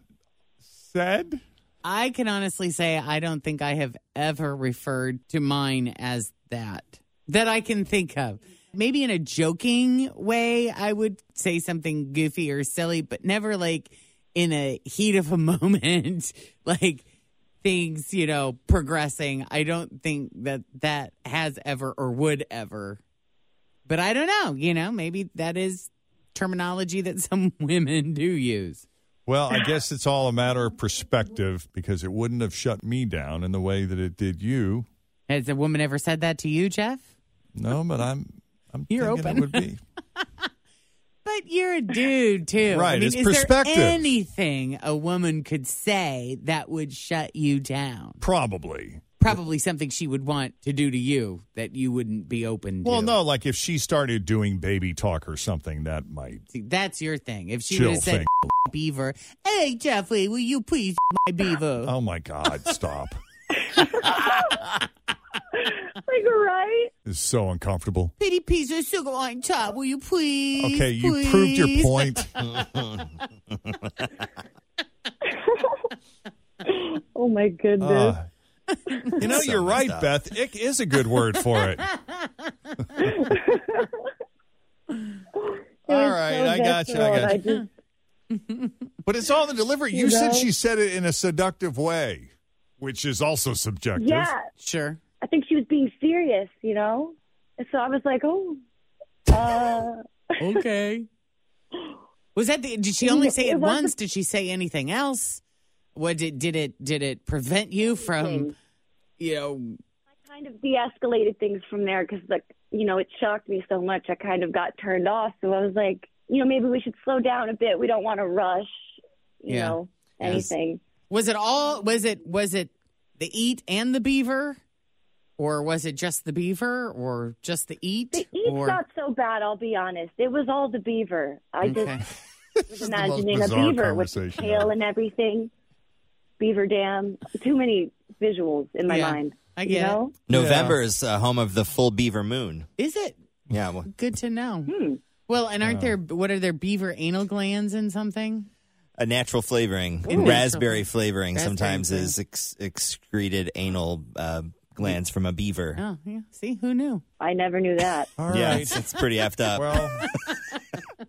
C: said?
D: I can honestly say I don't think I have ever referred to mine as that, that I can think of. Maybe in a joking way, I would say something goofy or silly, but never like in a heat of a moment, like things, you know, progressing. I don't think that that has ever or would ever. But I don't know, you know, maybe that is terminology that some women do use.
C: Well, I guess it's all a matter of perspective because it wouldn't have shut me down in the way that it did you.
D: Has a woman ever said that to you, Jeff?
C: No, but I'm I'm
D: You're
C: thinking
D: open.
C: it would be.
D: But you're a dude too,
C: Right,
D: I mean,
C: it's
D: is
C: perspective.
D: There anything a woman could say that would shut you down?
C: Probably.
D: Probably something she would want to do to you that you wouldn't be open to.
C: Well, no, like if she started doing baby talk or something, that might.
D: See, that's your thing. If she
C: Chill
D: would have said
C: thing.
D: beaver, hey Jeffrey, will you please my beaver?
C: Oh my God, stop.
T: like right?
C: It's so uncomfortable.
D: Pity piece of sugar on top, will you please?
C: Okay, you proved your
D: please?"
C: point.
T: Oh my goodness.
C: Ah. you know,
E: So
C: you're right,
E: messed up.
C: Beth. Ick is a good word for it. All right, I got you. I got you. But it's all the delivery. You,
T: You
C: said
T: know?
C: she said it in a seductive way, which is also subjective.
T: Yeah.
D: Sure.
T: I think she was being serious, you know? And So I was like, oh. Uh,
D: okay. Was that the, did she only say it
T: It wasn't-
D: once? Did she say anything else? What did did it did it prevent you from you know
T: kind of de escalated things from there because, like, you know, it shocked me so much. I kind of got turned off. So I was like, you know, maybe we should slow down a bit. We don't want to rush, you
D: Yeah.
T: know,
D: Yes.
T: anything.
D: was it all was it was it the eat and the beaver? Or was it just the beaver or just the eat?
T: It's
D: or
T: not so bad, I'll be honest. It was all the beaver. I
D: Okay.
T: just was imagining a
C: bizarre
T: beaver with the
C: conversation
T: tail and everything. Beaver Dam. Too many visuals in my
E: Yeah,
T: mind.
D: I
T: you
D: get it.
T: know?
E: November is uh, home of the full beaver moon.
D: Is it
E: Yeah. Well,
D: good to know?
T: Hmm.
D: Well, and aren't there what are there beaver anal glands in something?
E: a natural flavoring.
D: Ooh.
E: Raspberry flavoring
D: Raspberry
E: sometimes
D: flavor.
E: is ex- excreted anal uh, glands from a beaver.
D: Oh yeah. See, who knew?
T: I never knew that.
C: All
E: yeah,
C: Oh, right.
E: it's, it's pretty effed up.
C: Well,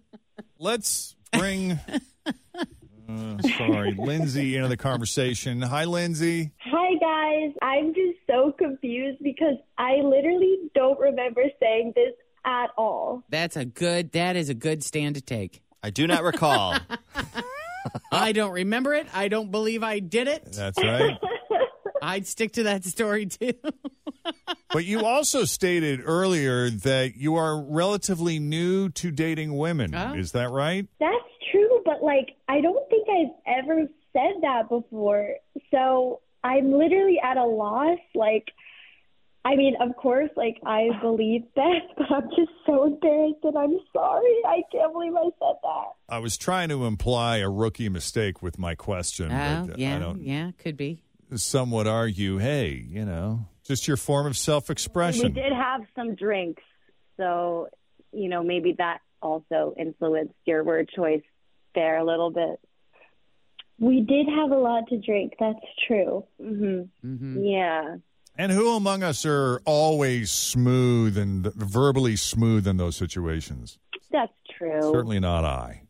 C: let's bring. Uh, sorry, Lindsay into the conversation. Hi, Lindsay.
U: Hi guys, I'm just so confused because I literally don't remember saying this at all.
D: That's a good that is a good stand to take.
E: I do not recall.
D: I don't remember it. I don't believe I did it.
C: That's right.
D: I'd stick to that story too.
C: But you also stated earlier that you are relatively new to dating women. Is that right?
U: That's true, but like I don't think I've ever said that before. So I'm literally at a loss. Like, I mean, of course, like I believe Beth, but I'm just so embarrassed and I'm sorry. I can't believe I said that.
C: I was trying to imply a rookie mistake with my question.
D: Oh,
C: but I
D: yeah,
C: don't,
D: yeah, could be.
C: some would argue, hey, you know, just your form of self
T: We
C: expression.
T: did have some drinks, so you know maybe that also influenced your word choice there a little bit.
U: We did have a lot to drink. That's true.
T: hmm Yeah,
C: And who among us are always smooth and verbally smooth in those situations?
U: That's true.
C: Certainly not I.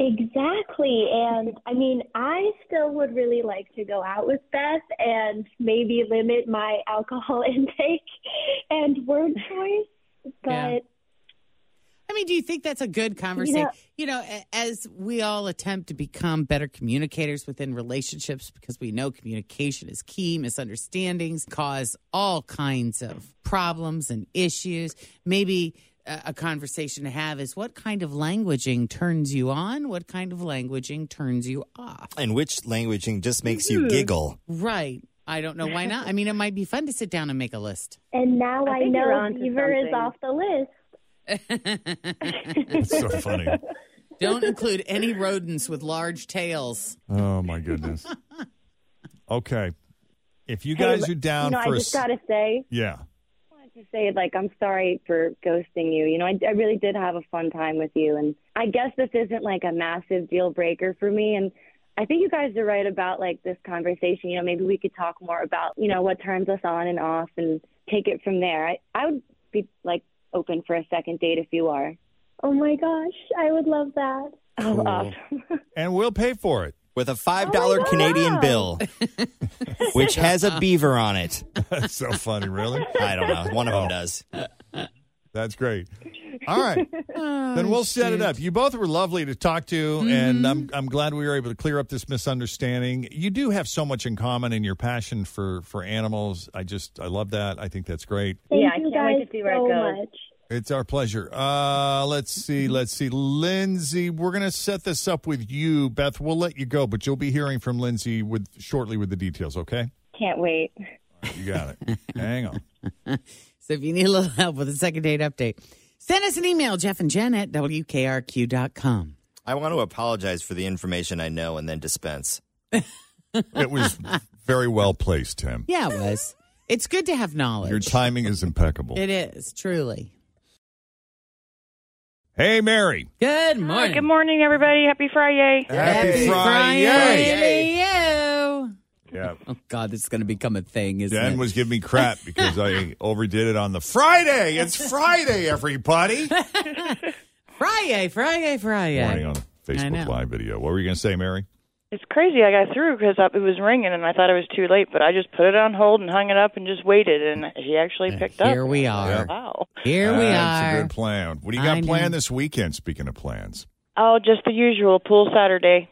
U: Exactly. And I mean, I still would really like to go out with Beth and maybe limit my alcohol intake and word choice, but
D: Yeah. I mean, do you think that's a good conversation?
T: Yeah.
D: You know, a- as we all attempt to become better communicators within relationships because we know communication is key, misunderstandings cause all kinds of problems and issues. Maybe a, a conversation to have is what kind of languaging turns you on? What kind of languaging turns you off?
E: And which languaging just makes you giggle?
D: Right. I don't know why not. I mean, it might be fun to sit down and make a list.
U: And now I,
D: I think you're
U: know
D: onto
U: Beaver is
D: something.
U: off the list.
D: It's
C: so funny.
D: Don't include any rodents with large tails.
C: Oh my goodness. Okay, if you
T: Hey,
C: guys
T: l-
C: are down
T: you know,
C: for
T: I
C: a
T: just
C: s-
T: gotta say,
C: yeah,
T: to say like I'm sorry for ghosting you. You know, I, I really did have a fun time with you, and I guess this isn't like a massive deal breaker for me. And I think you guys are right about like this conversation. You know, maybe we could talk more about you know what turns us on and off, and take it from there. I I would be like open for a second date if you are.
U: Oh my gosh, I would love that.
T: Oh, awesome.
C: and we'll pay for it
E: with a five dollar Canadian bill, which has a beaver on it.
C: That's so funny, really.
E: I don't know. One of
C: Oh.
E: them does.
C: That's great. All right. then we'll set it up. You both were lovely to talk to, and I'm I'm glad we were able to clear up this misunderstanding. You do have so much in common in your passion for for animals. I just I love that. I think that's great.
U: Thank
T: Yeah, I
U: you
T: can't
U: guys
T: wait to see where it
U: so
T: goes.
U: much.
C: It's our pleasure. Uh, let's see. Let's see. Lindsay, we're going to set this up with you. Beth, we'll let you go, but you'll be hearing from Lindsay with shortly with the details, okay?
T: Can't wait.
C: You got it. Hang on.
D: So if you need a little help with a second date update, send us an email, Jeff and Jen at WKRQ.com.
E: I want to apologize for the information I know and then dispense.
C: it was very well placed, Tim.
D: Yeah, it was. It's good to have knowledge.
C: Your timing is impeccable.
D: It is, truly.
C: Hey, Mary.
D: Good morning.
A: good morning, everybody. Happy Friday.
C: Happy Friday.
D: you.
C: Yeah.
D: Oh, God, this is going to become a thing, isn't
C: Dan
D: it?
C: was giving me crap because I overdid it on the Friday. It's Friday, everybody.
D: Friday, Friday, Friday.
C: Morning on
A: know.
C: Facebook Live video. What were you going to say, Mary?
A: It's crazy. I got through because it was ringing, and I thought it was too late, but I just put it on hold and hung it up and just waited, and he actually picked up.
D: Here we are.
A: Wow.
D: Here we
C: That's
D: are.
C: a good plan. What do you
D: I
C: got
D: know.
C: planned this weekend? Speaking of plans,
A: Oh, just the usual pool Saturday.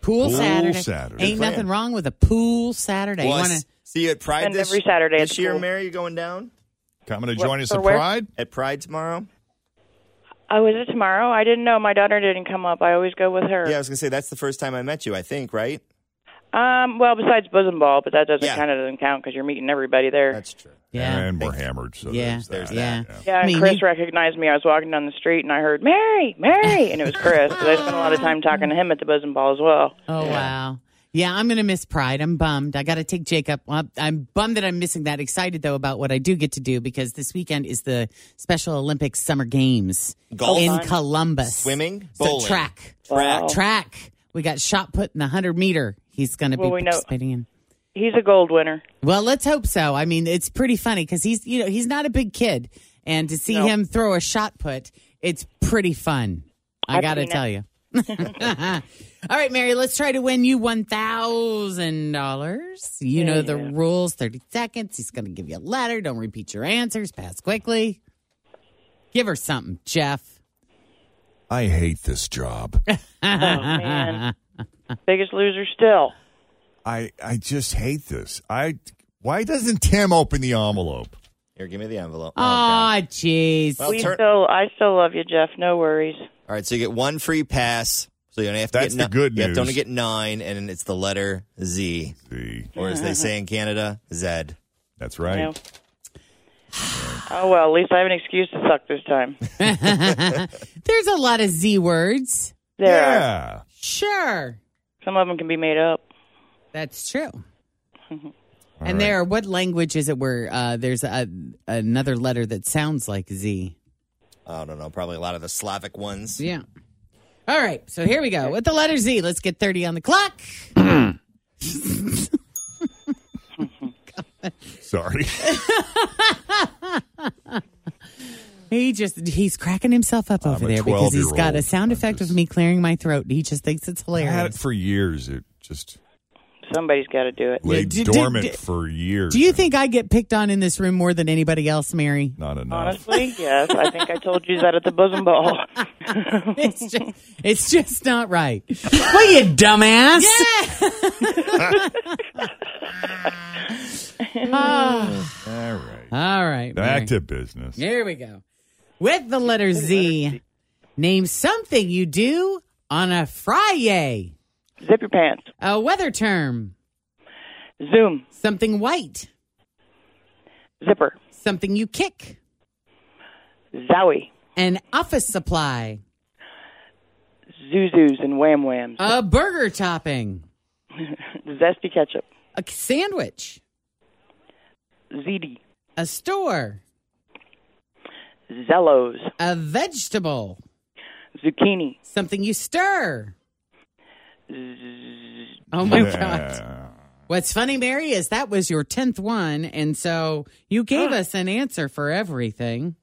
D: Pool,
C: Pool
D: Saturday.
C: Saturday.
D: Ain't
C: Good plan.
D: nothing wrong with a pool Saturday.
E: Well,
D: you
E: I
D: want to
E: s- see you at Pride
A: And
E: this,
A: every Saturday at
E: this
A: the
E: year,
A: pool.
E: Mary. You going down
C: coming to
A: What-
C: join us
A: for
C: at
A: where?
C: Pride?
E: at Pride tomorrow?
A: Oh, is it tomorrow? I didn't know. My daughter didn't come up. I always go with her.
E: Yeah, I was gonna say that's the first time I met you. I think right.
A: Um. Well, besides bosom ball, but that doesn't
E: Yeah.
A: kind of doesn't count because you're meeting everybody there.
E: That's true.
D: Yeah.
C: And we're hammered. So
D: Yeah.
C: there's that.
D: yeah.
A: Yeah, and
D: I mean,
A: Chris recognized me. I was walking down the street and I heard Mary, Mary, and it was Chris. 'cause I spent a lot of time talking to him at the bosom ball as well.
D: Oh wow. Yeah, I'm going to miss Pride. I'm bummed. I got to take Jacob. Well, I'm bummed that I'm missing that. Excited though about what I do get to do because this weekend is the Special Olympics Summer Games
E: Golf?
D: in Columbus.
E: Swimming,
D: So
E: bowling,
D: track,
E: Track. Wow.
D: track. We got shot put in the hundred meter. He's going to
A: Well,
D: be
A: we know-
D: participating in.
A: He's a gold winner.
D: Well, let's hope so. I mean, it's pretty funny because he's you know he's not a big kid, and to see
A: No.
D: him throw a shot put, it's pretty fun. I
A: I've
D: got to
A: seen it.
D: tell you. All right, Mary, let's try to win you one thousand dollars. You know the rules: thirty seconds. He's going to give you a letter. Don't repeat your answers. Pass quickly. Give her something, Jeff.
C: I hate this job.
A: man. Biggest loser still.
C: I I just hate this. I why doesn't Tim open the envelope?
E: Here, give me the envelope. Oh,
D: Aw, jeez.
E: Well,
A: we
E: turn-
A: still, I still love you, Jeff. No worries.
E: All right, so you get one free pass. So you only have to
C: That's
E: get
C: the
E: ni-
C: good
E: You have to only
C: news.
E: get nine, and it's the letter Z,
C: Z.
E: or as they say in Canada, Z.
C: That's right.
A: No. Oh well, at least I have an excuse to suck this time.
D: There's a lot of Z words.
A: There, are.
C: Yeah.
D: Sure,
A: some of them can be made up.
D: that's true.
C: All
D: and
C: right.
D: there, what language is it where uh, there's a, another letter that sounds like Z?
E: I don't know. Probably a lot of the Slavic ones.
D: Yeah. All right, so here we go. With the letter Z, let's get 30 on the clock.
C: Sorry.
D: He just, he's cracking himself up over
C: a
D: there because he's
C: 12-year-old.
D: got a sound effect of me clearing my throat. He just thinks it's
C: I had it
D: hilarious.
C: for years. It just
A: Somebody's got to do it.
C: Laid
D: do- do-
C: dormant
D: do-
C: for years.
D: Do you think I get picked on in this room more than anybody else, Mary?
C: Not enough.
A: Honestly, yes. I think I told you that at the bosom ball.
D: it's, just, it's just not right. well, you dumbass. Ah.
C: All right.
D: All right.
C: Back
D: Mary.
C: to business.
D: Here we go. With the letter Z, name something you do on a Friday.
A: Zip your pants.
D: A weather term.
A: Zoom.
D: Something white.
A: Zipper.
D: Something you kick.
A: Zowie.
D: An office supply.
A: Zuzus and wham whams.
D: A burger topping.
A: Zesty ketchup.
D: A sandwich.
A: ZD.
D: A store.
A: Zellos.
D: A vegetable.
A: Zucchini.
D: Something you stir. Oh my God. What's funny, Mary, is that was your 10th one. And so you gave us an answer for everything.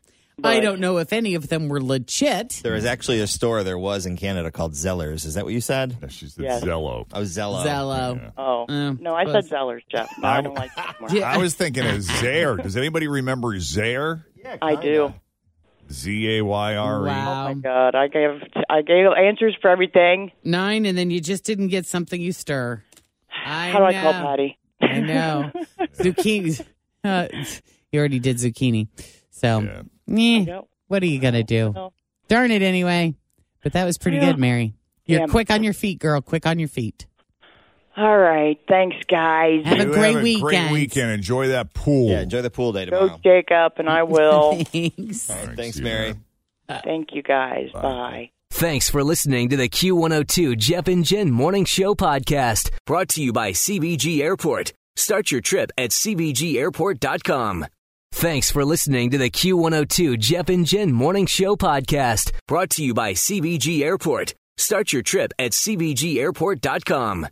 D: I
E: Right.
D: don't know if any of them were legit.
E: There is actually a store there was in Canada called Zellers. Is that what you said?
C: she said
A: Yes.
C: Zello.
E: Oh, Zello.
D: Zello.
A: Oh. no, I said Zellers, Jeff. No, I don't like that anymore.
C: I was thinking of Zaire. Does anybody remember Zaire?
A: I do.
C: Z A Y R E.
D: Wow.
A: Oh my God. I gave, I gave answers for everything.
D: Nine, and then you just didn't get something you stir. I
A: How do I call
D: know.
A: Patty?
D: I know. zucchini. Uh, you already did zucchini. So, meh, what are you going to do?
A: know.
D: Darn it anyway. But that was pretty
A: Yeah.
D: good, Mary. You're
A: Damn.
D: quick on your feet, girl. Quick on your feet.
A: All right. Thanks, guys.
D: Have a
C: You
D: great
C: have a
D: weekend.
C: Great weekend. Enjoy that pool. Yeah,
E: enjoy the pool day
A: Go Jake up, and I will.
D: Thanks.
E: Thanks, Mary.
A: Thank you, guys. Bye.
B: Thanks for listening to the Q102 Jeff and Jen Morning Show podcast, brought to you by CBG Airport. Start your trip at CBGAirport.com. Thanks for listening to the Q102 Jeff and Jen Morning Show podcast, brought to you by CBG Airport. Start your trip at CBGAirport.com.